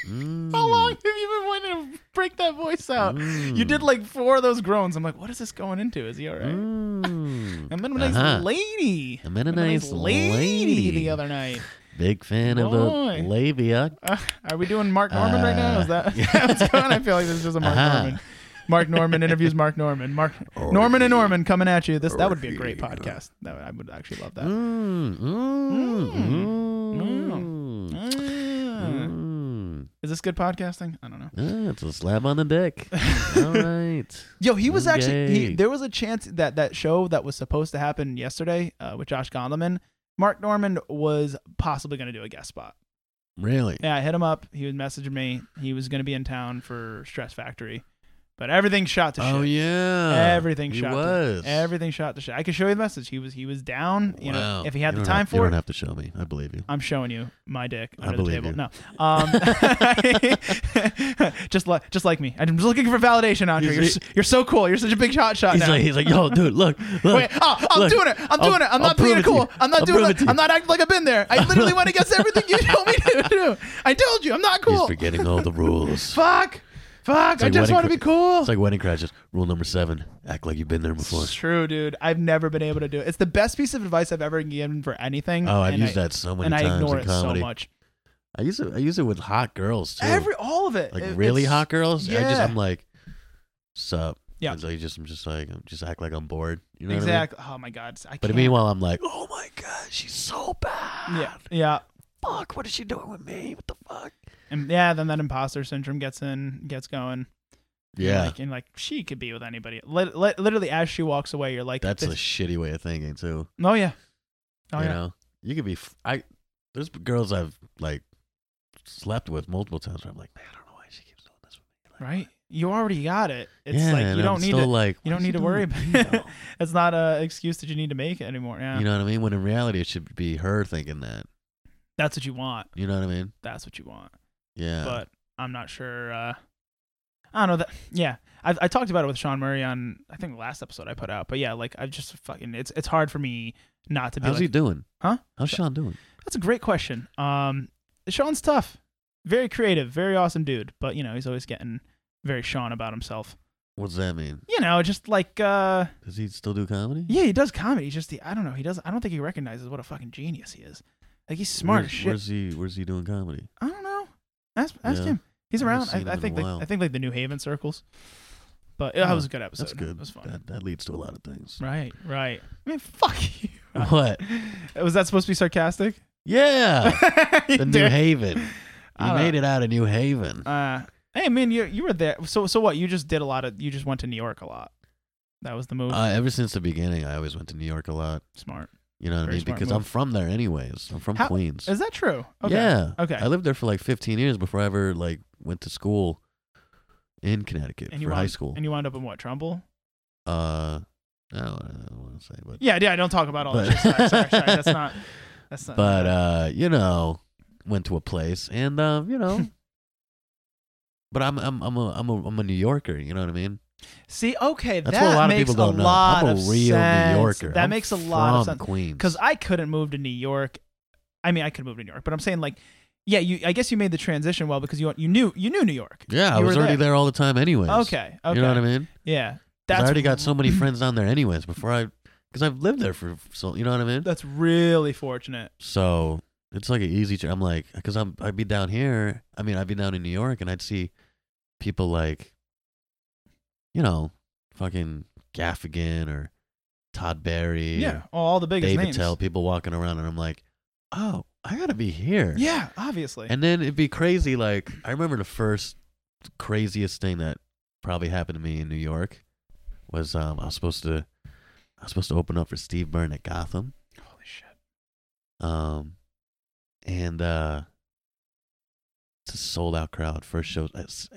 [SPEAKER 3] mm.
[SPEAKER 1] How long have you been wanting to break that voice out? You did like four of those groans. I'm like, what is this going into? Is he all right?
[SPEAKER 3] Mm.
[SPEAKER 1] I met a nice
[SPEAKER 3] Uh-huh.
[SPEAKER 1] lady.
[SPEAKER 3] I met a
[SPEAKER 1] Met
[SPEAKER 3] nice
[SPEAKER 1] lady,
[SPEAKER 3] lady.
[SPEAKER 1] the other night.
[SPEAKER 3] Big fan of
[SPEAKER 1] Boy.
[SPEAKER 3] a labia.
[SPEAKER 1] Uh, are we doing Mark Norman right now? Is that
[SPEAKER 3] Uh,
[SPEAKER 1] what's going? on? I feel like this is just a Mark
[SPEAKER 3] Uh-huh. Oh,
[SPEAKER 1] Norman. Mark Norman interviews Mark Norman. Mark Norman and Norman coming at you. This that would be a great podcast. That would- I would actually love that.
[SPEAKER 3] Mm, mm,
[SPEAKER 1] Mm.
[SPEAKER 3] mm,
[SPEAKER 1] Ah.
[SPEAKER 3] mm.
[SPEAKER 1] Is this good podcasting? I don't know.
[SPEAKER 3] Ah, it's a slap on the dick. All right.
[SPEAKER 1] Yo, he was actually he,
[SPEAKER 3] Okay.
[SPEAKER 1] there was a chance that that show that was supposed to happen yesterday uh, with Josh Gondelman, Mark Norman was possibly going to do a guest spot.
[SPEAKER 3] Really?
[SPEAKER 1] Yeah, I hit him up. He was messaging me. He was going to be in town for Stress Factory, but everything shot to
[SPEAKER 3] Oh
[SPEAKER 1] shit.
[SPEAKER 3] yeah.
[SPEAKER 1] Everything
[SPEAKER 3] he
[SPEAKER 1] shot.
[SPEAKER 3] was.
[SPEAKER 1] To, everything shot to shit. I could show you the message. He was he was down. You know,
[SPEAKER 3] Wow.
[SPEAKER 1] if he had
[SPEAKER 3] You
[SPEAKER 1] the
[SPEAKER 3] don't
[SPEAKER 1] time
[SPEAKER 3] have-
[SPEAKER 1] for
[SPEAKER 3] you
[SPEAKER 1] it,
[SPEAKER 3] don't have to show me. I believe you.
[SPEAKER 1] I'm showing you my dick
[SPEAKER 3] I
[SPEAKER 1] under the
[SPEAKER 3] believe
[SPEAKER 1] table.
[SPEAKER 3] you.
[SPEAKER 1] No, um, just like just like me. I'm just looking for validation, Andre.
[SPEAKER 3] He's
[SPEAKER 1] You're,
[SPEAKER 3] like-
[SPEAKER 1] s- you're so cool. You're such a big hot shot
[SPEAKER 3] He's
[SPEAKER 1] now.
[SPEAKER 3] like, he's like, yo, dude, look, look.
[SPEAKER 1] Wait, oh, I'm
[SPEAKER 3] look,
[SPEAKER 1] doing it. I'm
[SPEAKER 3] I'll-
[SPEAKER 1] doing it. I'm
[SPEAKER 3] I'll
[SPEAKER 1] not
[SPEAKER 3] prove
[SPEAKER 1] being
[SPEAKER 3] it to
[SPEAKER 1] cool.
[SPEAKER 3] you.
[SPEAKER 1] I'm not
[SPEAKER 3] I'll
[SPEAKER 1] doing
[SPEAKER 3] prove
[SPEAKER 1] it.
[SPEAKER 3] to you.
[SPEAKER 1] I'm not acting like I've been there. I literally went against everything you told me to do. I told you. I'm not
[SPEAKER 3] He's
[SPEAKER 1] cool.
[SPEAKER 3] forgetting all the rules.
[SPEAKER 1] Fuck. Fuck. I
[SPEAKER 3] like
[SPEAKER 1] just
[SPEAKER 3] wedding
[SPEAKER 1] want to
[SPEAKER 3] cra-
[SPEAKER 1] be cool.
[SPEAKER 3] It's like wedding crashes. Rule number seven: act like you've been there before.
[SPEAKER 1] It's true, dude. I've never been able to do it. It's the best piece of advice I've ever given for anything.
[SPEAKER 3] Oh, I've
[SPEAKER 1] Mm, and
[SPEAKER 3] used
[SPEAKER 1] I,
[SPEAKER 3] that so many
[SPEAKER 1] and I
[SPEAKER 3] times
[SPEAKER 1] ignore
[SPEAKER 3] in
[SPEAKER 1] it
[SPEAKER 3] comedy.
[SPEAKER 1] so much.
[SPEAKER 3] I use it. I use it with hot girls too.
[SPEAKER 1] Every all of it.
[SPEAKER 3] like
[SPEAKER 1] It-
[SPEAKER 3] really
[SPEAKER 1] it's-
[SPEAKER 3] hot girls. I just
[SPEAKER 1] yeah.
[SPEAKER 3] I'm like, sup.
[SPEAKER 1] Yeah.
[SPEAKER 3] And so you just I'm just like just act like I'm bored. You know What I mean?
[SPEAKER 1] Exactly. Oh my god. I
[SPEAKER 3] But
[SPEAKER 1] can't.
[SPEAKER 3] meanwhile, I'm like, oh my god, she's so bad.
[SPEAKER 1] yeah, yeah,
[SPEAKER 3] Fuck, what is she doing with me? What the fuck?
[SPEAKER 1] and yeah. Then that imposter syndrome gets in, gets going.
[SPEAKER 3] Yeah.
[SPEAKER 1] like, and like she could be with anybody. Lit- lit- literally, as she walks away, you're like,
[SPEAKER 3] That's a
[SPEAKER 1] this-
[SPEAKER 3] shitty way of thinking too.
[SPEAKER 1] oh yeah, oh
[SPEAKER 3] you
[SPEAKER 1] yeah.
[SPEAKER 3] know, you could be. F- I there's girls I've like slept with multiple times where I'm like, man, I don't know why she keeps doing this with me. Like,
[SPEAKER 1] right? You already got it. It's
[SPEAKER 3] yeah,
[SPEAKER 1] like
[SPEAKER 3] and
[SPEAKER 1] you
[SPEAKER 3] I'm
[SPEAKER 1] don't need
[SPEAKER 3] still
[SPEAKER 1] to.
[SPEAKER 3] Like,
[SPEAKER 1] you
[SPEAKER 3] why
[SPEAKER 1] don't
[SPEAKER 3] is
[SPEAKER 1] need
[SPEAKER 3] she
[SPEAKER 1] to worry
[SPEAKER 3] doing
[SPEAKER 1] about
[SPEAKER 3] it with me, though?
[SPEAKER 1] It's not a excuse that you need to make anymore. Yeah,
[SPEAKER 3] You know what I mean? When in reality, it should be her thinking that.
[SPEAKER 1] that's what you want.
[SPEAKER 3] You know what I mean?
[SPEAKER 1] That's what you want.
[SPEAKER 3] Yeah.
[SPEAKER 1] but I'm not sure. Uh, I don't know that. Yeah, I, I talked about it with Sean Murray on I think the last episode I put out. But yeah, like I just fucking it's it's hard for me not to be
[SPEAKER 3] how's he
[SPEAKER 1] like
[SPEAKER 3] doing?
[SPEAKER 1] Huh?
[SPEAKER 3] How's Sean doing?
[SPEAKER 1] that's a great question. Um, Sean's tough, very creative, very awesome dude. But you know he's always getting very Sean about himself.
[SPEAKER 3] What does that mean?
[SPEAKER 1] You know, just like uh,
[SPEAKER 3] Does he still do comedy?
[SPEAKER 1] yeah, he does comedy. He's just the I don't know. He does. I don't think he recognizes what a fucking genius he is. Like he's smart as
[SPEAKER 3] Where's,
[SPEAKER 1] shit.
[SPEAKER 3] where's he? Where's he doing comedy?
[SPEAKER 1] I don't know. Ask, ask
[SPEAKER 3] Yeah.
[SPEAKER 1] him. He's
[SPEAKER 3] I haven't
[SPEAKER 1] around.
[SPEAKER 3] seen him
[SPEAKER 1] I, I
[SPEAKER 3] in a
[SPEAKER 1] think. Like,
[SPEAKER 3] while.
[SPEAKER 1] I think like the New Haven circles. But yeah, that
[SPEAKER 3] Huh,
[SPEAKER 1] was a good episode.
[SPEAKER 3] That's good.
[SPEAKER 1] It was fun.
[SPEAKER 3] That, that leads to a lot of things.
[SPEAKER 1] Right. Right. I mean, fuck you.
[SPEAKER 3] What?
[SPEAKER 1] was that supposed to be sarcastic?
[SPEAKER 3] Yeah.
[SPEAKER 1] You
[SPEAKER 3] Oh. the New
[SPEAKER 1] dare-
[SPEAKER 3] Haven.
[SPEAKER 1] I
[SPEAKER 3] You
[SPEAKER 1] don't
[SPEAKER 3] made
[SPEAKER 1] know.
[SPEAKER 3] it out of New Haven.
[SPEAKER 1] Uh, hey man, you you were there. So so what? You just did a lot of. You just went to New York a lot. That was the move.
[SPEAKER 3] Uh, ever since the beginning, I always went to New York a lot.
[SPEAKER 1] Smart.
[SPEAKER 3] You know what I
[SPEAKER 1] Very
[SPEAKER 3] mean?
[SPEAKER 1] smart
[SPEAKER 3] Because
[SPEAKER 1] move.
[SPEAKER 3] I'm from there, anyways. I'm from
[SPEAKER 1] How-
[SPEAKER 3] Queens.
[SPEAKER 1] Is that true? Okay.
[SPEAKER 3] Yeah.
[SPEAKER 1] Okay.
[SPEAKER 3] I lived there for like 15 years before I ever like went to school in Connecticut
[SPEAKER 1] And you
[SPEAKER 3] for high
[SPEAKER 1] wound-
[SPEAKER 3] school.
[SPEAKER 1] And you wound up in what? Trumbull.
[SPEAKER 3] uh, I don't, I don't want to say, but
[SPEAKER 1] Yeah. Yeah. Don't talk about all that.
[SPEAKER 3] But-
[SPEAKER 1] Shit. Sorry, sorry, sorry. That's not. That's not.
[SPEAKER 3] but uh, you know, went to a place and um, you know, but I'm I'm I'm a I'm a I'm a New Yorker. You know what I mean?
[SPEAKER 1] See, okay,
[SPEAKER 3] That's
[SPEAKER 1] that
[SPEAKER 3] what a lot of
[SPEAKER 1] makes
[SPEAKER 3] people don't
[SPEAKER 1] a
[SPEAKER 3] know.
[SPEAKER 1] lot
[SPEAKER 3] I'm a
[SPEAKER 1] of
[SPEAKER 3] real
[SPEAKER 1] sense.
[SPEAKER 3] New Yorker.
[SPEAKER 1] That
[SPEAKER 3] I'm
[SPEAKER 1] makes a lot of
[SPEAKER 3] from
[SPEAKER 1] sense.
[SPEAKER 3] Queens.
[SPEAKER 1] Because I couldn't move to New York. I mean, I could move to New York, but I'm saying like, yeah, you. I guess you made the transition well because you you knew you knew New York.
[SPEAKER 3] yeah, I
[SPEAKER 1] you
[SPEAKER 3] was
[SPEAKER 1] were
[SPEAKER 3] already
[SPEAKER 1] there.
[SPEAKER 3] there. all the time, anyways.
[SPEAKER 1] Okay. Okay.
[SPEAKER 3] You know what I mean? 'Cause
[SPEAKER 1] Yeah.
[SPEAKER 3] I already got so many friends down there, anyways. Before I, because I've lived there for so you know what I mean.
[SPEAKER 1] That's really fortunate.
[SPEAKER 3] So it's like an easy. Tr- I'm like, because I'm I'd be down here. I mean, I'd be down in New York, and I'd see people like, you know, fucking Gaffigan or Todd Berry,
[SPEAKER 1] Yeah.
[SPEAKER 3] or
[SPEAKER 1] All the biggest
[SPEAKER 3] Dave
[SPEAKER 1] names.
[SPEAKER 3] Attell, people walking around, and I'm like, oh, I gotta be here.
[SPEAKER 1] Yeah. Obviously.
[SPEAKER 3] And then it'd be crazy. Like I remember the first craziest thing that probably happened to me in New York was um I was supposed to I was supposed to open up for Steve Byrne at Gotham.
[SPEAKER 1] Holy shit.
[SPEAKER 3] Um, and uh, it's a sold out crowd. First show. it's-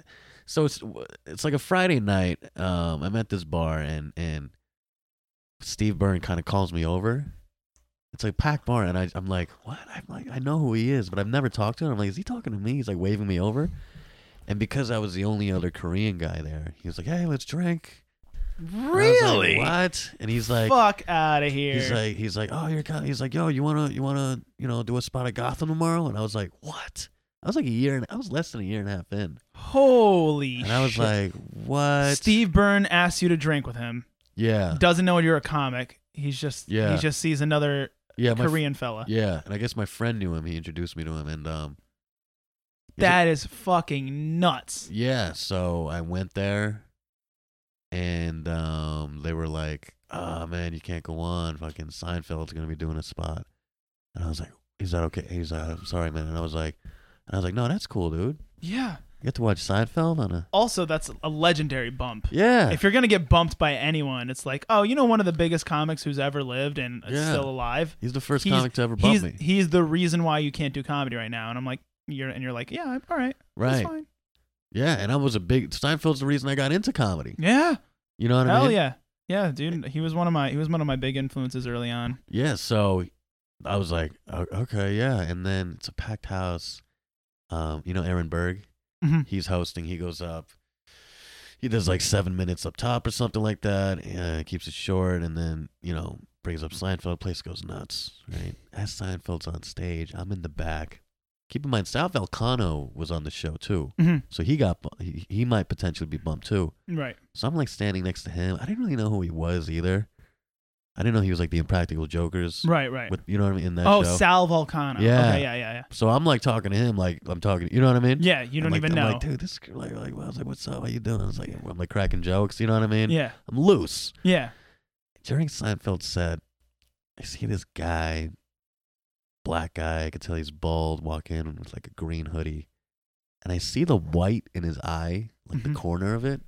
[SPEAKER 3] So it's it's like a Friday night. Um, I'm at this bar and and Steve Byrne kind of calls me over. It's like Pac Bar, and I, I'm like, what? I'm like, I know who he is, but I've never talked to him. I'm like, is he talking to me? He's like waving me over, and because I was the only other Korean guy there, he was like, hey, let's drink. And I was like,
[SPEAKER 1] Really?
[SPEAKER 3] what? And he's like,
[SPEAKER 1] Fuck out of here.
[SPEAKER 3] He's like, he's like, oh, you're kind. He's like, yo, you wanna, you wanna, you know, do a spot at Gotham tomorrow? And I was like, what? I was like a year and I was less than a year and a half in,
[SPEAKER 1] Holy
[SPEAKER 3] and I was
[SPEAKER 1] shit.
[SPEAKER 3] like, what?
[SPEAKER 1] Steve Byrne asks you to drink with him.
[SPEAKER 3] Yeah,
[SPEAKER 1] Doesn't know you're a comic. He's just
[SPEAKER 3] Uh. Yeah.
[SPEAKER 1] he just sees another
[SPEAKER 3] yeah, my, f-
[SPEAKER 1] Korean fella.
[SPEAKER 3] yeah. And I guess my friend knew him. He introduced me to him, and um, is it-
[SPEAKER 1] That is fucking nuts.
[SPEAKER 3] yeah. So I went there, and um, they were like, oh man, you can't go on. Fucking Seinfeld's gonna be doing a spot, and I was like, is that okay? He's like, I'm sorry, man. And I was like, and I was like, no, that's cool, dude.
[SPEAKER 1] Yeah.
[SPEAKER 3] You have to watch Seinfeld on a
[SPEAKER 1] Also, that's a legendary bump.
[SPEAKER 3] yeah.
[SPEAKER 1] If you're gonna get bumped by anyone, it's like, oh, you know, one of the biggest comics who's ever lived and is
[SPEAKER 3] Yeah.
[SPEAKER 1] still alive.
[SPEAKER 3] he's the first
[SPEAKER 1] he's-
[SPEAKER 3] comic to ever bump
[SPEAKER 1] He's
[SPEAKER 3] me,
[SPEAKER 1] he's the reason why you can't do comedy right now. And I'm like, you're and you're like, yeah, I'm all right, that's
[SPEAKER 3] right?
[SPEAKER 1] fine.
[SPEAKER 3] Yeah, and I was a big Seinfeld's the reason I got into comedy.
[SPEAKER 1] Yeah,
[SPEAKER 3] You know what I
[SPEAKER 1] hell
[SPEAKER 3] mean?
[SPEAKER 1] yeah, yeah, dude. He was one of my he was one of my big influences early on.
[SPEAKER 3] Yeah. So I was like, "O- okay, yeah. And then it's a packed house. Um, you know, Aaron Berg,
[SPEAKER 1] Mhm.
[SPEAKER 3] he's hosting. He goes up. He does like seven minutes up top or something like that. Uh, keeps it short, and then you know brings up Seinfeld. Place goes nuts, right? As Seinfeld's on stage, I'm in the back. Keep in mind, Sal Valcano was on the show too.
[SPEAKER 1] Mhm.
[SPEAKER 3] So he got bu- he, he might potentially be bumped too.
[SPEAKER 1] Right.
[SPEAKER 3] So I'm like standing next to him. I didn't really know who he was either. I didn't know he was like the Impractical Jokers.
[SPEAKER 1] Right. Right.
[SPEAKER 3] With you know what I mean in that
[SPEAKER 1] Oh,
[SPEAKER 3] show.
[SPEAKER 1] Sal Volcano.
[SPEAKER 3] Yeah.
[SPEAKER 1] Okay, yeah. Yeah. Yeah.
[SPEAKER 3] so I'm like talking to him like I'm talking. You know what I mean?
[SPEAKER 1] Yeah. You
[SPEAKER 3] I'm
[SPEAKER 1] don't
[SPEAKER 3] like-
[SPEAKER 1] even
[SPEAKER 3] I'm
[SPEAKER 1] know.
[SPEAKER 3] Like, dude, this girl, like, like, I was like, what's up? How you doing? I was like, I'm like cracking jokes. You know what I mean?
[SPEAKER 1] yeah.
[SPEAKER 3] I'm loose.
[SPEAKER 1] Yeah.
[SPEAKER 3] During Seinfeld set, I see this guy, black guy. I could tell he's bald. Walk in with like a green hoodie, and I see the white in his eye, like
[SPEAKER 1] Mhm.
[SPEAKER 3] the corner of it,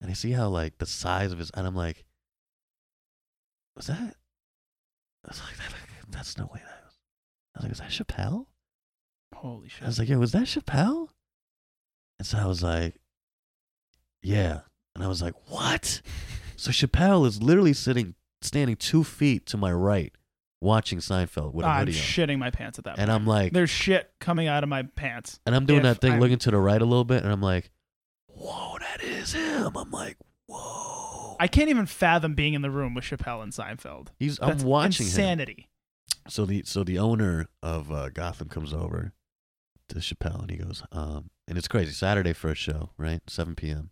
[SPEAKER 3] and I see how like the size of his. And I'm like, was that? I was like, that, that's no way. That was. I was like, is that Chappelle?
[SPEAKER 1] Holy
[SPEAKER 3] I
[SPEAKER 1] shit.
[SPEAKER 3] was like, yo, was that Chappelle? And so I was like, yeah. And I was like, what? So Chappelle is literally sitting, standing two feet to my right, watching Seinfeld with a
[SPEAKER 1] I'm
[SPEAKER 3] hoodie on.
[SPEAKER 1] shitting my pants at that.
[SPEAKER 3] and
[SPEAKER 1] point.
[SPEAKER 3] I'm like,
[SPEAKER 1] There's shit coming out of my pants.
[SPEAKER 3] and I'm doing
[SPEAKER 1] if
[SPEAKER 3] that thing,
[SPEAKER 1] I'm-
[SPEAKER 3] looking to the right a little bit, and I'm like, whoa, that is him. I'm like, whoa.
[SPEAKER 1] I can't even fathom being in the room with Chappelle and Seinfeld.
[SPEAKER 3] He's, I'm
[SPEAKER 1] That's
[SPEAKER 3] watching him.
[SPEAKER 1] insanity.
[SPEAKER 3] So the so the owner of uh, Gotham comes over to Chappelle and he goes, um, and it's crazy. Saturday first show, right? Seven p.m.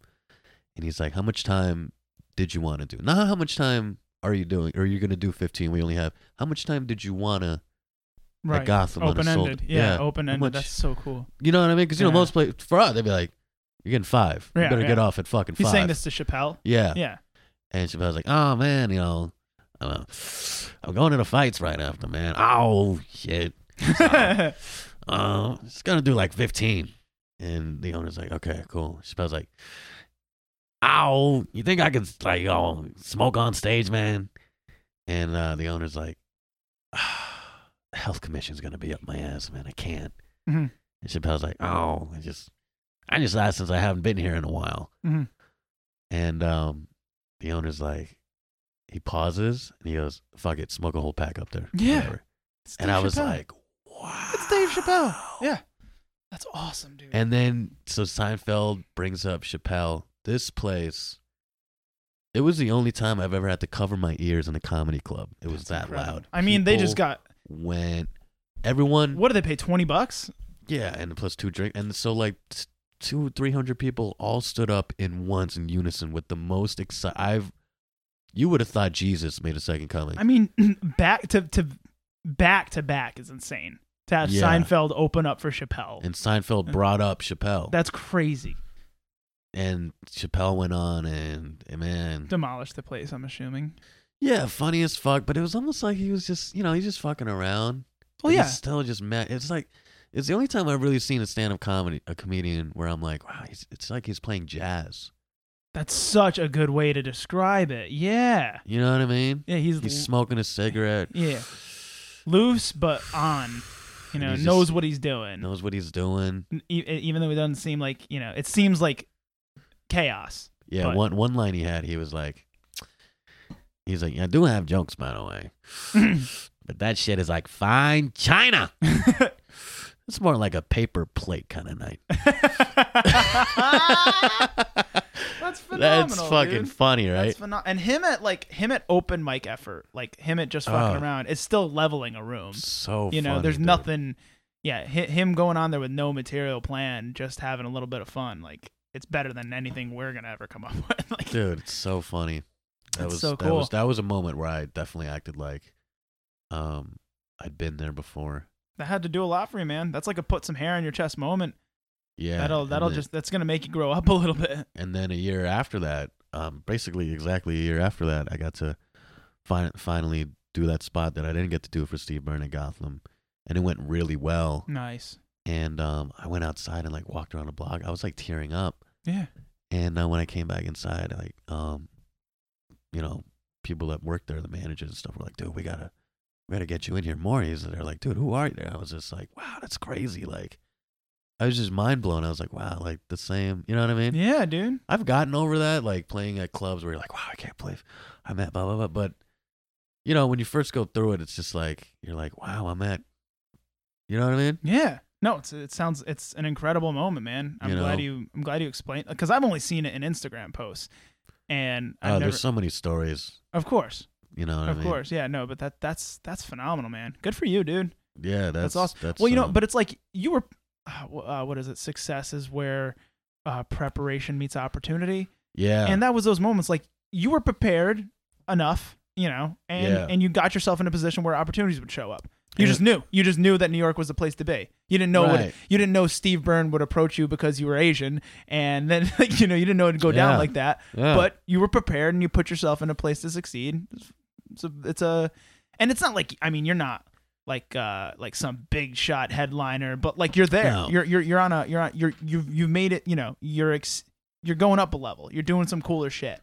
[SPEAKER 3] And he's like, "How much time did you want to do? Not how much time are you doing? Or you gonna do fifteen? We only have how much time did you wanna?
[SPEAKER 1] Right.
[SPEAKER 3] Gotham on a
[SPEAKER 1] Open ended.
[SPEAKER 3] soldier.
[SPEAKER 1] Yeah.
[SPEAKER 3] Yeah.
[SPEAKER 1] Open
[SPEAKER 3] How
[SPEAKER 1] ended.
[SPEAKER 3] much-
[SPEAKER 1] That's so cool.
[SPEAKER 3] You know what I mean? Because you know
[SPEAKER 1] Yeah.
[SPEAKER 3] most play for us, they'd be like, "You're getting five.
[SPEAKER 1] Yeah,
[SPEAKER 3] you better get
[SPEAKER 1] yeah.
[SPEAKER 3] off at fucking
[SPEAKER 1] He's
[SPEAKER 3] five.
[SPEAKER 1] saying this to Chappelle.
[SPEAKER 3] yeah.
[SPEAKER 1] Yeah.
[SPEAKER 3] And Chappelle's like, "Oh man, you know, I don't know. I'm going to the fights right after, man. Oh shit." Sorry. Uh, it's gonna do like 15. And the owner's like, okay, cool. Chappelle's like, ow, you think I can like oh, smoke on stage, man? And uh, the owner's like, ah, health commission's gonna be up my ass, man. I can't.
[SPEAKER 1] Mhm.
[SPEAKER 3] And Chappelle's like, oh, I just, I just asked since I haven't been here in a while.
[SPEAKER 1] Mhm.
[SPEAKER 3] And um, the owner's like, he pauses and he goes, fuck it, smoke a whole pack up there.
[SPEAKER 1] Yeah.
[SPEAKER 3] Whatever.
[SPEAKER 1] It's
[SPEAKER 3] And
[SPEAKER 1] Dave
[SPEAKER 3] I was
[SPEAKER 1] Chappelle.
[SPEAKER 3] like, wow.
[SPEAKER 1] it's Dave Chappelle. Yeah. That's awesome, dude.
[SPEAKER 3] And then so Seinfeld brings up Chappelle. This place. It was the only time I've ever had to cover my ears in a comedy club. It was
[SPEAKER 1] That's
[SPEAKER 3] that
[SPEAKER 1] incredible.
[SPEAKER 3] loud.
[SPEAKER 1] I mean, they just
[SPEAKER 3] People
[SPEAKER 1] got
[SPEAKER 3] went. Everyone,
[SPEAKER 1] what do they pay? Twenty bucks?
[SPEAKER 3] yeah, and plus two drink, and so like t- two, three hundred people all stood up in once in unison with the most exci I've, you would have thought Jesus made a second coming.
[SPEAKER 1] I mean, back to to back to back is insane. To have
[SPEAKER 3] Yeah.
[SPEAKER 1] Seinfeld open up for Chappelle.
[SPEAKER 3] and
[SPEAKER 1] uh,
[SPEAKER 3] Seinfeld brought up Chappelle,
[SPEAKER 1] That's crazy.
[SPEAKER 3] and Chappelle went on, and, and man,
[SPEAKER 1] Demolish the place, I'm assuming.
[SPEAKER 3] Yeah, funny as fuck, but it was almost like he was just, you know, he's just fucking around.
[SPEAKER 1] Well,
[SPEAKER 3] He's
[SPEAKER 1] Oh, yeah.
[SPEAKER 3] still just mad. It's like, it's the only time I've really seen a stand-up comedy, a comedian, where I'm like, wow, he's, it's like he's playing jazz.
[SPEAKER 1] That's such a good way to describe it. Yeah.
[SPEAKER 3] You know what I mean?
[SPEAKER 1] Yeah, he's,
[SPEAKER 3] He's smoking a cigarette.
[SPEAKER 1] Yeah. loose but on. You
[SPEAKER 3] And
[SPEAKER 1] know,
[SPEAKER 3] he's just-
[SPEAKER 1] knows what he's doing.
[SPEAKER 3] knows what he's doing.
[SPEAKER 1] N- e- even though it doesn't seem like you know, it seems like chaos.
[SPEAKER 3] Yeah,
[SPEAKER 1] But-
[SPEAKER 3] one one line he had, he was like, he's like, I do have jokes by the way, but that shit is like fine china. it's more like a paper plate kind of night.
[SPEAKER 1] That's phenomenal.
[SPEAKER 3] That's fucking
[SPEAKER 1] dude.
[SPEAKER 3] funny, right?
[SPEAKER 1] That's phenom- and him at like him at open mic effort, like him at just fucking
[SPEAKER 3] Oh.
[SPEAKER 1] around, it's still leveling a room.
[SPEAKER 3] so
[SPEAKER 1] you know,
[SPEAKER 3] funny,
[SPEAKER 1] there's
[SPEAKER 3] dude.
[SPEAKER 1] nothing. Yeah, hi- him going on there with no material plan, just having a little bit of fun. Like it's better than anything we're gonna ever come up with. Like,
[SPEAKER 3] dude. It's so funny. That
[SPEAKER 1] That's
[SPEAKER 3] was
[SPEAKER 1] so
[SPEAKER 3] That
[SPEAKER 1] cool.
[SPEAKER 3] was, that was a moment where I definitely acted like, um, I'd been there before.
[SPEAKER 1] that had to do a lot for you, man. That's like a put some hair on your chest moment.
[SPEAKER 3] Yeah,
[SPEAKER 1] that'll
[SPEAKER 3] and
[SPEAKER 1] that'll
[SPEAKER 3] then-
[SPEAKER 1] just that's gonna make you grow up a little bit.
[SPEAKER 3] and then a year after that, um, basically exactly a year after that, I got to fin- finally do that spot that I didn't get to do for Steve Byrne at Gotham, and it went really
[SPEAKER 1] Mm.
[SPEAKER 3] well.
[SPEAKER 1] Nice.
[SPEAKER 3] And um, I went outside and like walked around the block. I was like tearing up,
[SPEAKER 1] Yeah.
[SPEAKER 3] and uh, when I came back inside, like um, you know, people that worked there, the managers and stuff, were like, "Dude, we gotta, we gotta get you in here more." He's they're like, "Dude, who are you?" And I was just like, "Wow, that's crazy!" Like, I was just mind blown. I was like, "Wow, like the same," you know what I mean?
[SPEAKER 1] Yeah, dude.
[SPEAKER 3] I've gotten over that, like playing at clubs where you're like, wow, I can't believe I'm at blah, blah, blah. But, you know, when you first go through it, it's just like, you're like, wow, I'm at, you know what I mean?
[SPEAKER 1] Yeah. No, it's it sounds it's an incredible moment, man. I'm
[SPEAKER 3] You
[SPEAKER 1] glad
[SPEAKER 3] know?
[SPEAKER 1] you I'm glad you explained because I've only seen it in Instagram posts, and
[SPEAKER 3] Oh,
[SPEAKER 1] I've never,
[SPEAKER 3] there's so many stories,
[SPEAKER 1] of course,
[SPEAKER 3] you know what I
[SPEAKER 1] of
[SPEAKER 3] mean?
[SPEAKER 1] course, yeah, no, but that that's that's phenomenal, man. Good for you, dude.
[SPEAKER 3] Yeah, that's,
[SPEAKER 1] That's awesome.
[SPEAKER 3] That's,
[SPEAKER 1] well, you know,
[SPEAKER 3] um,
[SPEAKER 1] but it's like you were, uh, wh- uh, what is it? Success is where uh, preparation meets opportunity,
[SPEAKER 3] yeah,
[SPEAKER 1] and that was those moments like you were prepared enough, you know, and
[SPEAKER 3] Yeah.
[SPEAKER 1] and you got yourself in a position where opportunities would show up. You
[SPEAKER 3] And-
[SPEAKER 1] just knew. You just knew that New York was the place to be. You didn't know what
[SPEAKER 3] Right.
[SPEAKER 1] you didn't know Steve Byrne would approach you because you were Asian, and then like, you know you didn't know it'd go down
[SPEAKER 3] Yeah.
[SPEAKER 1] like that.
[SPEAKER 3] yeah.
[SPEAKER 1] But you were prepared and you put yourself in a place to succeed. So it's a, and it's not like I mean you're not like uh like some big shot headliner, but like you're there.
[SPEAKER 3] No.
[SPEAKER 1] You're you're you're on a you're on you're you've you've made it. You know you're ex you're going up a level. You're doing some cooler shit.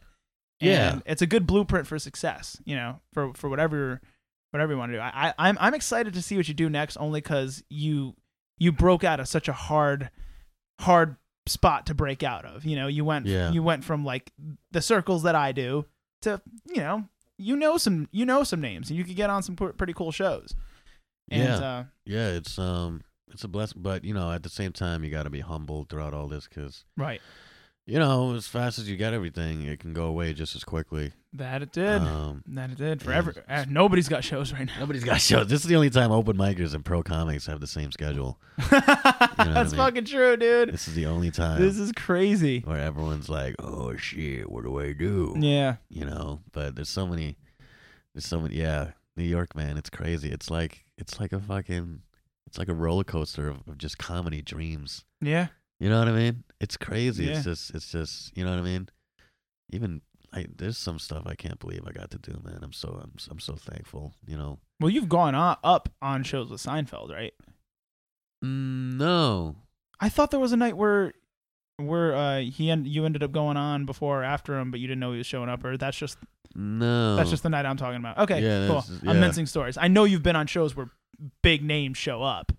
[SPEAKER 3] Yeah.
[SPEAKER 1] And it's a good blueprint for success. You know for for whatever whatever you want to do. I, I I'm I'm excited to see what you do next, only because you you broke out of such a hard hard spot to break out of. You know, you went
[SPEAKER 3] Yeah.
[SPEAKER 1] you went from like the circles that I do to you know you know some you know some names and you could get on some pr- pretty cool shows. And,
[SPEAKER 3] yeah,
[SPEAKER 1] Uh,
[SPEAKER 3] yeah, it's, um, it's a blessing. But, you know, at the same time, you got to be humble throughout all this because,
[SPEAKER 1] right.
[SPEAKER 3] you know, as fast as you get everything, it can go away just as quickly.
[SPEAKER 1] That it did.
[SPEAKER 3] Um,
[SPEAKER 1] that it did.
[SPEAKER 3] yeah.
[SPEAKER 1] Forever. Uh, nobody's got shows right now.
[SPEAKER 3] Nobody's got shows. This is the only time open micers and pro comics have the same schedule. I
[SPEAKER 1] That's
[SPEAKER 3] mean?
[SPEAKER 1] fucking true, dude.
[SPEAKER 3] This is the only time
[SPEAKER 1] This is crazy.
[SPEAKER 3] where everyone's like, "Oh shit, what do I do?"
[SPEAKER 1] Yeah.
[SPEAKER 3] You know. But there's so many, there's so many. Yeah, New York, man, it's crazy. It's like it's like a fucking, it's like a roller coaster of, of just comedy dreams.
[SPEAKER 1] Yeah.
[SPEAKER 3] You know what I mean? It's crazy.
[SPEAKER 1] Yeah.
[SPEAKER 3] It's just, it's just, you know what I mean? Even I, there's some stuff I can't believe I got to do, man. I'm so, I'm, I'm so thankful. You know.
[SPEAKER 1] Well, you've gone on, up on shows with Seinfeld, right?
[SPEAKER 3] Mm, No,
[SPEAKER 1] I thought there was a night where where uh he and you ended up going on before or after him, but you didn't know he was showing up, or that's just
[SPEAKER 3] no.
[SPEAKER 1] that's just the night I'm talking about. Okay,
[SPEAKER 3] Oh. Yeah,
[SPEAKER 1] cool.
[SPEAKER 3] that's-
[SPEAKER 1] I'm
[SPEAKER 3] yeah.
[SPEAKER 1] mincing stories. I know you've been on shows where big names show up,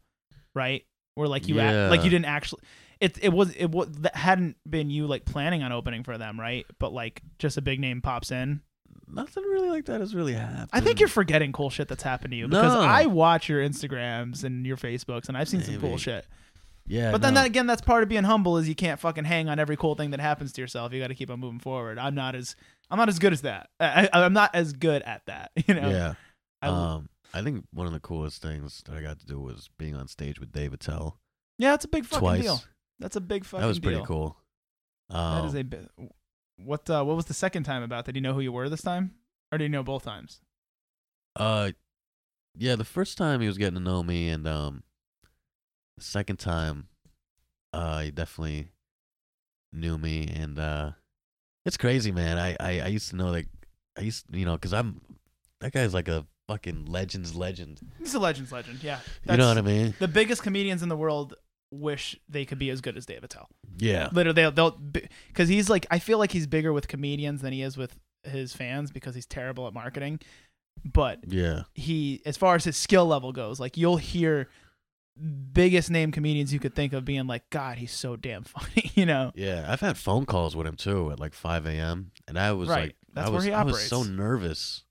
[SPEAKER 1] right? Where like you
[SPEAKER 3] Yeah.
[SPEAKER 1] act, like you didn't actually. It it was it was that hadn't been you like planning on opening for them, right? But like just a big name pops in.
[SPEAKER 3] nothing really like that has really happened.
[SPEAKER 1] I think you're forgetting cool shit that's happened to you because
[SPEAKER 3] Mm. No.
[SPEAKER 1] I watch your Instagrams and your Facebooks and I've seen some cool
[SPEAKER 3] Maybe.
[SPEAKER 1] shit.
[SPEAKER 3] Yeah,
[SPEAKER 1] But then
[SPEAKER 3] no.
[SPEAKER 1] that again, that's part of being humble is you can't fucking hang on every cool thing that happens to yourself. You got to keep on moving forward. I'm not as I'm not as good as that. I, I, I'm not as good at that. You know.
[SPEAKER 3] yeah.
[SPEAKER 1] I,
[SPEAKER 3] um, I think one of the coolest things that I got to do was being on stage with Dave Attell
[SPEAKER 1] yeah. That's a big fucking
[SPEAKER 3] twice.
[SPEAKER 1] deal. That's a big fucking.
[SPEAKER 3] That was pretty
[SPEAKER 1] deal.
[SPEAKER 3] cool. Um,
[SPEAKER 1] That is a bit. What uh, what was the second time about? Did you know who you were this time, or do you know both times?
[SPEAKER 3] uh, yeah. The first time he was getting to know me, and um, the second time, uh, he definitely knew me, and uh, it's crazy, man. I I, I used to know like I used you know because I'm that guy's like a fucking legends legend.
[SPEAKER 1] He's a legend's legend. Yeah.
[SPEAKER 3] you know what I mean?
[SPEAKER 1] The biggest comedians in the world wish they could be as good as Dave Attell.
[SPEAKER 3] Yeah.
[SPEAKER 1] Literally, they'll they'll because he's like I feel like he's bigger with comedians than he is with his fans because he's terrible at marketing. but
[SPEAKER 3] Yeah.
[SPEAKER 1] he as far as his skill level goes like you'll hear biggest name comedians you could think of being like god he's so damn funny you know
[SPEAKER 3] Yeah. I've had phone calls with him too at like 5 a.m. And I was
[SPEAKER 1] Right.
[SPEAKER 3] like,
[SPEAKER 1] That's
[SPEAKER 3] I
[SPEAKER 1] where
[SPEAKER 3] was,
[SPEAKER 1] he
[SPEAKER 3] I was so
[SPEAKER 1] operates.
[SPEAKER 3] nervous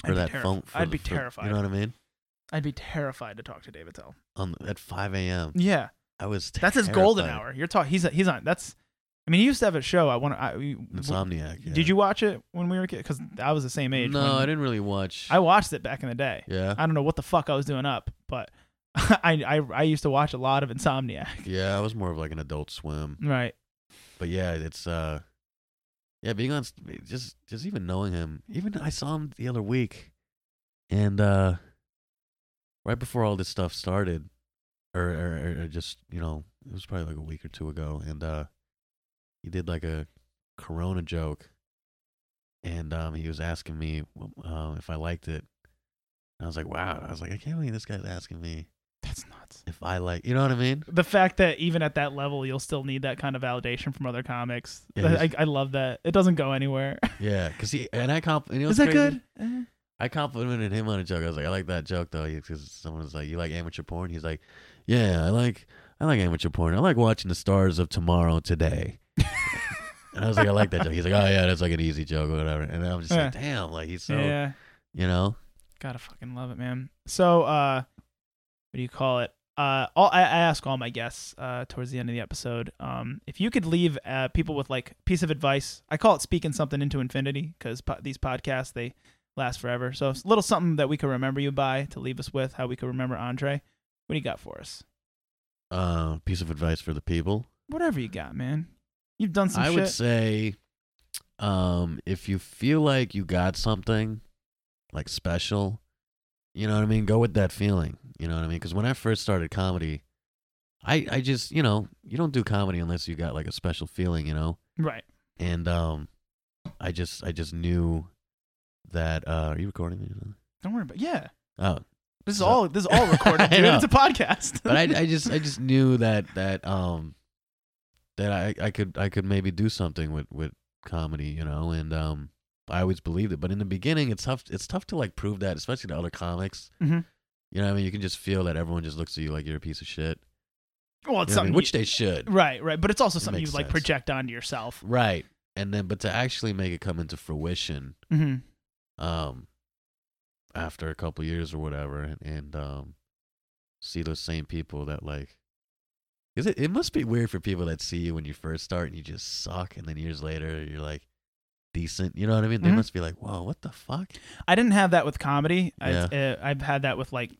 [SPEAKER 3] for
[SPEAKER 1] I'd be
[SPEAKER 3] that
[SPEAKER 1] terrif-
[SPEAKER 3] phone. for
[SPEAKER 1] I'd
[SPEAKER 3] the-
[SPEAKER 1] be
[SPEAKER 3] for-
[SPEAKER 1] terrified
[SPEAKER 3] You know what I mean?
[SPEAKER 1] i'd be terrified to talk to david tell
[SPEAKER 3] On at 5 a.m.
[SPEAKER 1] yeah
[SPEAKER 3] I was
[SPEAKER 1] that's his golden
[SPEAKER 3] terrified.
[SPEAKER 1] hour you're talking he's he's on that's i mean he used to have a show i want to
[SPEAKER 3] Insomniac. yeah.
[SPEAKER 1] did you watch it when we were kids because i was the same age
[SPEAKER 3] No,
[SPEAKER 1] when-
[SPEAKER 3] I didn't really watch.
[SPEAKER 1] i watched it back in the day
[SPEAKER 3] yeah.
[SPEAKER 1] i don't know what the fuck i was doing up but I, I i used to watch a lot of insomniac
[SPEAKER 3] yeah, I was more of like an adult swim.
[SPEAKER 1] right
[SPEAKER 3] But yeah, it's uh yeah, being on st- just just even knowing him. Even I saw him the other week and uh right before all this stuff started or or, or- or just, you know, it was probably like a week or two ago and uh he did like a corona joke and um he was asking me um if I liked it. And I was like, "Wow." I was like, "I can't believe this guy's asking me
[SPEAKER 1] that's nuts
[SPEAKER 3] if I like, you know what I mean?"
[SPEAKER 1] the fact that even at that level you'll still need that kind of validation from other comics
[SPEAKER 3] Yeah,
[SPEAKER 1] I, I love that it doesn't go anywhere
[SPEAKER 3] Yeah, cuz he and I comp you know
[SPEAKER 1] is
[SPEAKER 3] what's
[SPEAKER 1] that
[SPEAKER 3] crazy?
[SPEAKER 1] good Eh.
[SPEAKER 3] I complimented him on a joke. I was like, I like that joke though, because someone was like, "You like amateur porn?" He's like, "Yeah, I like, I like amateur porn. I like watching the stars of tomorrow today." and I was like, "I like that joke." He's like, "Oh yeah, that's like an easy joke or whatever." And I'm just like, "Damn, like he's so,
[SPEAKER 1] yeah
[SPEAKER 3] you know,
[SPEAKER 1] gotta fucking love it man so uh what do you call it uh all i, I ask all my guests uh towards the end of the episode um if you could leave uh people with like piece of advice i call it speaking something into infinity because po- these podcasts they last forever so it's a little something that we can remember you by to leave us with how we can remember andre what do you got for us
[SPEAKER 3] uh, piece of advice for the people."
[SPEAKER 1] whatever you got man you've done some
[SPEAKER 3] I
[SPEAKER 1] shit
[SPEAKER 3] would say, um, if you feel like you got something like special, you know what I mean. Go with that feeling. You know what I mean. Because when I first started comedy, I I just you know you don't do comedy unless you got like a special feeling. You know,
[SPEAKER 1] right
[SPEAKER 3] and um, I just I just knew that. Uh, are you recording me?
[SPEAKER 1] Don't worry about yeah.
[SPEAKER 3] Oh,
[SPEAKER 1] This is
[SPEAKER 3] So-
[SPEAKER 1] all this is all recorded,
[SPEAKER 3] I
[SPEAKER 1] dude.
[SPEAKER 3] know.
[SPEAKER 1] It's a podcast.
[SPEAKER 3] but I, I just I just knew that that um that I, I could I could maybe do something with with comedy, you know, and um I always believed it. But in the beginning, it's tough it's tough to like prove that, especially to other comics.
[SPEAKER 1] Mhm.
[SPEAKER 3] You know, what I mean, you can just feel that everyone just looks at you like you're a piece of shit,
[SPEAKER 1] well, it's
[SPEAKER 3] You know what I mean?
[SPEAKER 1] something
[SPEAKER 3] which
[SPEAKER 1] you-
[SPEAKER 3] they should,
[SPEAKER 1] right, right. But it's also
[SPEAKER 3] It
[SPEAKER 1] something you
[SPEAKER 3] makes
[SPEAKER 1] like
[SPEAKER 3] sense.
[SPEAKER 1] project onto yourself.
[SPEAKER 3] right? And then, but to actually make it come into fruition,
[SPEAKER 1] Mm-hmm.
[SPEAKER 3] um, after a couple years or whatever, and, and um, see those same people that like, is it? It must be weird for people that see you when you first start and you just suck, and then years later you're like decent. You know what I mean? They
[SPEAKER 1] Mhm.
[SPEAKER 3] must be like, whoa, what the fuck?
[SPEAKER 1] I didn't have that with comedy. I, uh, I've had that with like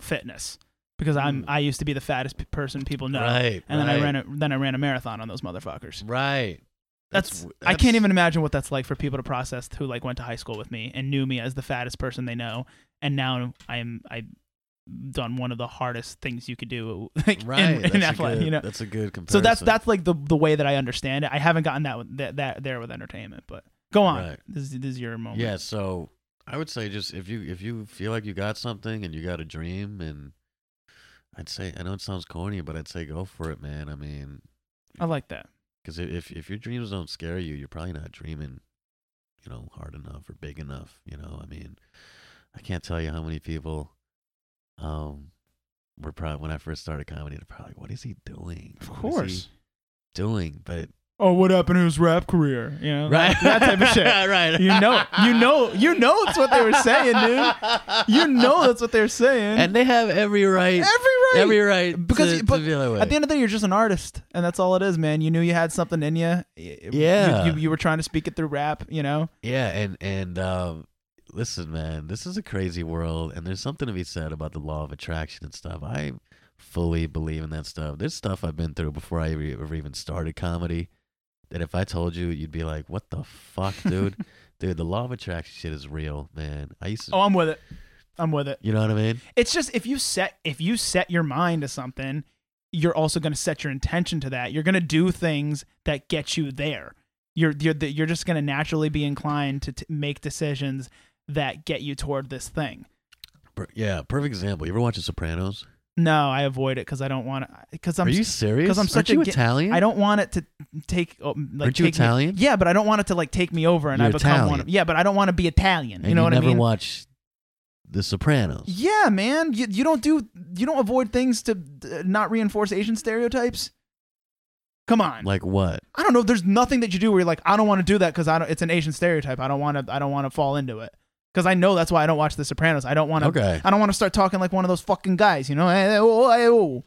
[SPEAKER 1] fitness because I'm
[SPEAKER 3] Mm.
[SPEAKER 1] I used to be the fattest p- person people know,
[SPEAKER 3] Right.
[SPEAKER 1] and then
[SPEAKER 3] right,
[SPEAKER 1] I ran a then I ran a marathon on those motherfuckers.
[SPEAKER 3] Right.
[SPEAKER 1] That's,
[SPEAKER 3] w-
[SPEAKER 1] I can't
[SPEAKER 3] that's-
[SPEAKER 1] even imagine what that's like for people to process who like went to high school with me and knew me as the fattest person they know, and now I'm I. have Done one of the hardest things you could do, like in-
[SPEAKER 3] Right.
[SPEAKER 1] in,
[SPEAKER 3] that's a
[SPEAKER 1] athletics,
[SPEAKER 3] good,
[SPEAKER 1] you know.
[SPEAKER 3] That's a good comparison.
[SPEAKER 1] So that's that's like the the way that I understand it. I haven't gotten that with, that, that there with entertainment, but go on.
[SPEAKER 3] Right.
[SPEAKER 1] This, is, this is your moment.
[SPEAKER 3] Yeah, so I would say just if you if you feel like you got something and you got a dream and I'd say I know it sounds corny, but I'd say go for it, man. I mean,
[SPEAKER 1] I like that.
[SPEAKER 3] because if if your dreams don't scare you, you're probably not dreaming, you know, hard enough or big enough. You know, I mean, I can't tell you how many people, um, were probably when I first started comedy, they're probably like, what is he doing?
[SPEAKER 1] Of
[SPEAKER 3] What is he
[SPEAKER 1] course.
[SPEAKER 3] doing, but
[SPEAKER 1] Oh, what happened to his rap career? You know, that, that type of shit.
[SPEAKER 3] right,
[SPEAKER 1] You know, you know, you know, it's what they were saying, dude. You know, that's what they're saying.
[SPEAKER 3] and they have every right,
[SPEAKER 1] every right,
[SPEAKER 3] every right
[SPEAKER 1] Because-
[SPEAKER 3] to,
[SPEAKER 1] but
[SPEAKER 3] to feel that way.
[SPEAKER 1] At the end of the day, you're just an artist, and that's all it is, man. You knew you had something in you.
[SPEAKER 3] Yeah.
[SPEAKER 1] you, you, you were trying to speak it through rap. You know,
[SPEAKER 3] yeah, and and um, listen, man, this is a crazy world, and there's something to be said about the law of attraction and stuff. I fully believe in that stuff. There's stuff I've been through before I ever, ever even started comedy. That if I told you, you'd be like, "What the fuck, dude? dude, the law of attraction shit is real, man." I used to,
[SPEAKER 1] oh, I'm with it. I'm with it.
[SPEAKER 3] you know what I mean?
[SPEAKER 1] it's just if you set if you set your mind to something you're also going to set your intention to that you're going to do things that get you there you're you're, the- you're just going to naturally be inclined to t- make decisions that get you toward this thing
[SPEAKER 3] Per- yeah, perfect example. You ever watch The Sopranos?
[SPEAKER 1] No, I avoid it because I don't want to. Because I'm
[SPEAKER 3] Are you serious?
[SPEAKER 1] 'cause I'm such
[SPEAKER 3] Aren't you
[SPEAKER 1] a ga-
[SPEAKER 3] Italian?
[SPEAKER 1] I don't want it to take. oh, Like,
[SPEAKER 3] Aren't you
[SPEAKER 1] take me-
[SPEAKER 3] Italian?
[SPEAKER 1] yeah, but I don't want it to like take me over and I
[SPEAKER 3] You're
[SPEAKER 1] become one. Of,
[SPEAKER 3] Italian.
[SPEAKER 1] yeah, but I don't want to be Italian.
[SPEAKER 3] And
[SPEAKER 1] you know what
[SPEAKER 3] never
[SPEAKER 1] I mean?
[SPEAKER 3] watch The Sopranos.
[SPEAKER 1] yeah, man. You, you don't do you don't avoid things to uh, not reinforce Asian stereotypes. Come on.
[SPEAKER 3] Like what?
[SPEAKER 1] I don't know. There's nothing that you do where you're like, I don't want to do that because I don't. It's an Asian stereotype. I don't want to. I don't want to fall into it because I know that's why I don't watch The Sopranos. I don't want to.
[SPEAKER 3] Okay.
[SPEAKER 1] I don't want to start talking like one of those fucking guys. You know? Hey, hey, oh, hey, oh.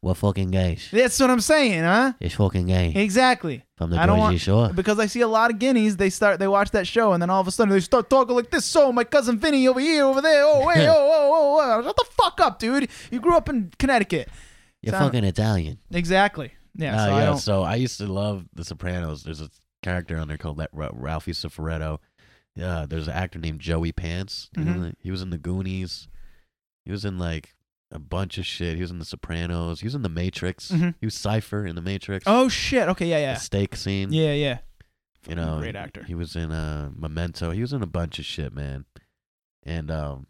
[SPEAKER 3] What fucking gays?
[SPEAKER 1] That's what I'm saying, huh?
[SPEAKER 3] It's fucking gay
[SPEAKER 1] Exactly.
[SPEAKER 3] from the
[SPEAKER 1] I don't
[SPEAKER 3] Jersey
[SPEAKER 1] want-
[SPEAKER 3] Shore.
[SPEAKER 1] Because I see a lot of guineas, they start they watch that show and then all of a sudden they start talking like this. So my cousin Vinny over here, over there. Oh wait, oh oh oh, oh. shut the fuck up, dude. You grew up in Connecticut.
[SPEAKER 3] You're
[SPEAKER 1] sound-
[SPEAKER 3] fucking Italian.
[SPEAKER 1] Exactly. Yeah.
[SPEAKER 3] Uh,
[SPEAKER 1] so I
[SPEAKER 3] yeah,
[SPEAKER 1] don't.
[SPEAKER 3] so I used to love The Sopranos. There's a character on there called that Ra- Ralphie Cifaretto. Yeah, there's an actor named Joey Pants. You know,
[SPEAKER 1] Mhm.
[SPEAKER 3] like, He was in The Goonies. He was in like a bunch of shit. He was in The Sopranos. He was in The Matrix.
[SPEAKER 1] Mhm.
[SPEAKER 3] He was Cipher in The Matrix.
[SPEAKER 1] oh shit. Okay. Yeah.
[SPEAKER 3] the
[SPEAKER 1] Yeah.
[SPEAKER 3] steak scene.
[SPEAKER 1] Yeah. Yeah.
[SPEAKER 3] you
[SPEAKER 1] Fucking
[SPEAKER 3] know,
[SPEAKER 1] great actor.
[SPEAKER 3] He was in uh, Memento. He was in a bunch of shit, man. And um,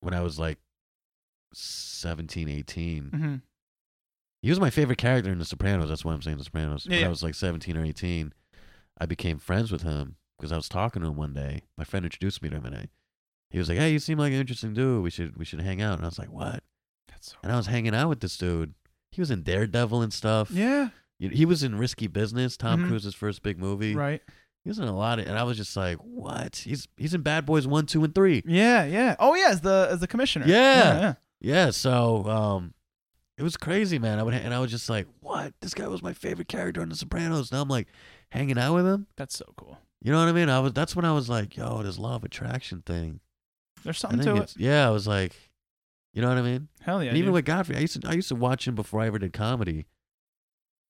[SPEAKER 3] when I was like 17, 18,
[SPEAKER 1] Mm-hmm.
[SPEAKER 3] he was my favorite character in The Sopranos. That's why I'm saying The Sopranos.
[SPEAKER 1] Yeah,
[SPEAKER 3] when I
[SPEAKER 1] yeah.
[SPEAKER 3] was like 17 or 18, I became friends with him because I was talking to him one day. My friend introduced me to him, and I, he was like, "Hey, you seem like an interesting dude. We should we should hang out." And I was like, "What?"
[SPEAKER 1] That's so.
[SPEAKER 3] And I was hanging out with this dude. He was in Daredevil and stuff.
[SPEAKER 1] Yeah.
[SPEAKER 3] You- He was in Risky Business, Tom
[SPEAKER 1] Mhm.
[SPEAKER 3] Cruise's first big movie.
[SPEAKER 1] Right.
[SPEAKER 3] He was in a lot of, and I was just like, "What? He's he's in Bad Boys one, two, and three.
[SPEAKER 1] Yeah. Yeah. Oh yeah. As the as the commissioner.
[SPEAKER 3] Yeah. Yeah, so um, it was crazy, man. I would and I was just like, "What? This guy was my favorite character on The Sopranos." Now I'm like hanging out with him.
[SPEAKER 1] That's so cool.
[SPEAKER 3] You know what I mean? I was that's when I was like, "Yo, this law of attraction thing."
[SPEAKER 1] There's
[SPEAKER 3] I
[SPEAKER 1] something
[SPEAKER 3] think
[SPEAKER 1] to it.
[SPEAKER 3] it's- Yeah, I was like, you know what I mean?
[SPEAKER 1] Hell yeah.
[SPEAKER 3] and even
[SPEAKER 1] dude.
[SPEAKER 3] with Godfrey, I used to I used to watch him before I ever did comedy,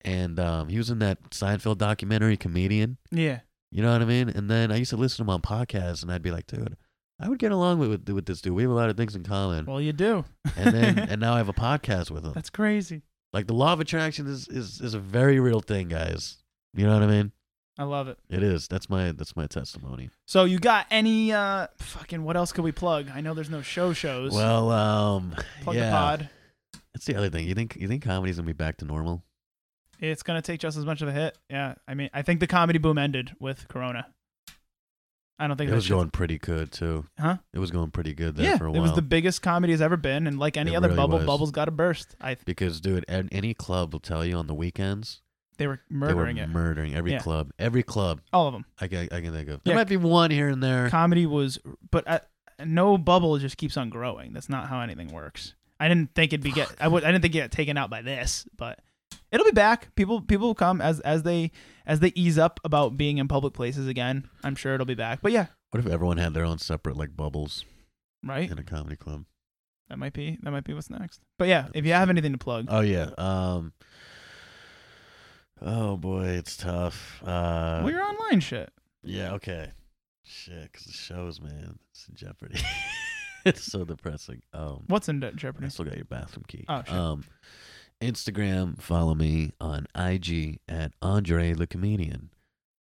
[SPEAKER 3] and um, he was in that Seinfeld documentary, comedian.
[SPEAKER 1] yeah.
[SPEAKER 3] You know what I mean? And then I used to listen to him on podcasts, and I'd be like, dude, I would get along with with, with this dude. We have a lot of things in common.
[SPEAKER 1] Well, you do.
[SPEAKER 3] and then and now I have a podcast with him.
[SPEAKER 1] That's crazy.
[SPEAKER 3] like the law of attraction is is is a very real thing, guys. You know what I mean?
[SPEAKER 1] I love it.
[SPEAKER 3] It is. That's my that's my testimony.
[SPEAKER 1] So you got any uh fucking what else could we plug? I know there's no show shows.
[SPEAKER 3] Well, um,
[SPEAKER 1] plug the
[SPEAKER 3] yeah,
[SPEAKER 1] pod.
[SPEAKER 3] that's the other thing. You think you think comedy's gonna be back to normal?
[SPEAKER 1] It's gonna take just as much of a hit. Yeah. I mean I think the comedy boom ended with Corona. I don't think
[SPEAKER 3] It
[SPEAKER 1] that
[SPEAKER 3] was
[SPEAKER 1] shit's-
[SPEAKER 3] going pretty good too.
[SPEAKER 1] Huh?
[SPEAKER 3] It was going pretty good there
[SPEAKER 1] Yeah,
[SPEAKER 3] for a
[SPEAKER 1] it
[SPEAKER 3] while.
[SPEAKER 1] was the biggest comedy has ever been, and like any
[SPEAKER 3] It
[SPEAKER 1] other
[SPEAKER 3] really
[SPEAKER 1] bubble,
[SPEAKER 3] was.
[SPEAKER 1] bubbles got to burst. I
[SPEAKER 3] because dude, an- any club will tell you on the weekends
[SPEAKER 1] they were murdering
[SPEAKER 3] they were
[SPEAKER 1] it,
[SPEAKER 3] murdering every
[SPEAKER 1] Yeah.
[SPEAKER 3] club, every club.
[SPEAKER 1] all of them.
[SPEAKER 3] I can I can think of. There
[SPEAKER 1] Yeah.
[SPEAKER 3] might be one here and there.
[SPEAKER 1] Comedy was, but uh no bubble just keeps on growing. That's not how anything works. I didn't think it'd be get. I would. I didn't think it'd get taken out by this, but it'll be back. People people will come as as they as they ease up about being in public places again. I'm sure it'll be back. But yeah,
[SPEAKER 3] What if everyone had their own separate like bubbles
[SPEAKER 1] right.
[SPEAKER 3] in a comedy club?
[SPEAKER 1] That might be that might be what's next. But yeah, if you have anything to plug,
[SPEAKER 3] Oh yeah. Um. Oh boy, it's tough. Uh,
[SPEAKER 1] well, your online shit.
[SPEAKER 3] yeah. Okay. Shit, cause the shows, man, it's in jeopardy. it's so depressing. Um,
[SPEAKER 1] What's in De-
[SPEAKER 3] I
[SPEAKER 1] Jeopardy?
[SPEAKER 3] still got your bathroom key.
[SPEAKER 1] Oh, shit.
[SPEAKER 3] Um, Instagram, follow me on IG at Andre the Comedian.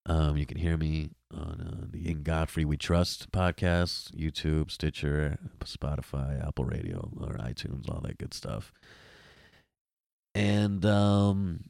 [SPEAKER 3] Um, you can hear me on uh, the In Godfrey We Trust podcast, YouTube, Stitcher, Spotify, Apple Radio, or iTunes, all that good stuff. And um,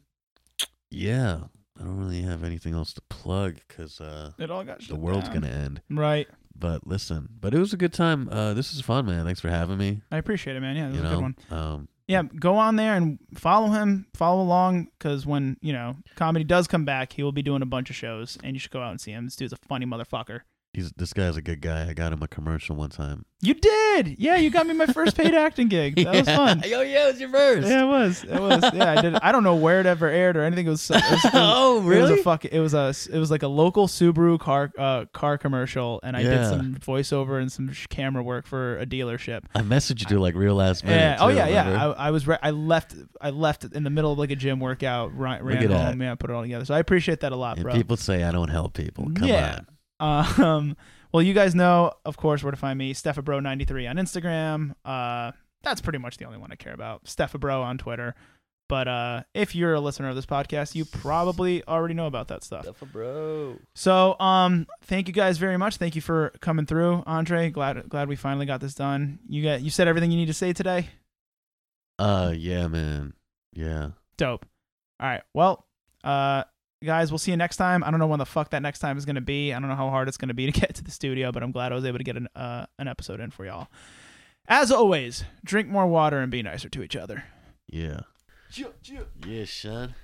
[SPEAKER 3] yeah, I don't really have anything else to plug because uh,
[SPEAKER 1] It all got.
[SPEAKER 3] the world's gonna end.
[SPEAKER 1] Right.
[SPEAKER 3] But listen, but it was a good time. Uh, this is fun, man. Thanks for having me.
[SPEAKER 1] I appreciate it, man. Yeah, that was
[SPEAKER 3] you
[SPEAKER 1] a
[SPEAKER 3] know,
[SPEAKER 1] good one.
[SPEAKER 3] um,
[SPEAKER 1] yeah, go on there and follow him, follow along, because when you know comedy does come back, he will be doing a bunch of shows, and you should go out and see him. This dude's a funny motherfucker.
[SPEAKER 3] He's this guy's a good guy. I got him a commercial one time.
[SPEAKER 1] You did, yeah. You got me my first paid acting gig. That was fun.
[SPEAKER 3] Yo, yeah, it was your first.
[SPEAKER 1] Yeah, it was. It was. Yeah, I did. I don't know where it ever aired or anything. It was. It was, it was
[SPEAKER 3] oh,
[SPEAKER 1] It was
[SPEAKER 3] really?
[SPEAKER 1] a fuck. It was a. It was like a local Subaru car uh, car commercial, and I did
[SPEAKER 3] Yeah.
[SPEAKER 1] some voiceover and some sh- camera work for a dealership.
[SPEAKER 3] I messaged you like real last minute.
[SPEAKER 1] Yeah. Oh
[SPEAKER 3] too,
[SPEAKER 1] yeah, yeah.
[SPEAKER 3] remember?
[SPEAKER 1] I, I was re- I left I left in the middle of like a gym workout. Ran, ran
[SPEAKER 3] at
[SPEAKER 1] home. Yeah, put it all together. So I appreciate that a lot,
[SPEAKER 3] and
[SPEAKER 1] bro.
[SPEAKER 3] people say I don't help people. Come
[SPEAKER 1] Yeah.
[SPEAKER 3] on.
[SPEAKER 1] um, well, you guys know, of course, where to find me. Steffabro ninety three on Instagram. Uh, that's pretty much the only one I care about. Steffabro on Twitter. But uh, if you're a listener of this podcast, you probably already know about that stuff.
[SPEAKER 4] Stuff a bro.
[SPEAKER 1] So, um, thank you guys very much. Thank you for coming through, Andre. Glad glad we finally got this done. You got you said everything you need to say today.
[SPEAKER 3] Uh, yeah, man. Yeah.
[SPEAKER 1] Dope. All right. Well, uh, guys, we'll see you next time. I don't know when the fuck that next time is gonna be. I don't know how hard it's gonna be to get to the studio, but I'm glad I was able to get an uh, an episode in for y'all. As always, drink more water and be nicer to each other.
[SPEAKER 3] Yeah. Yeah, Sean.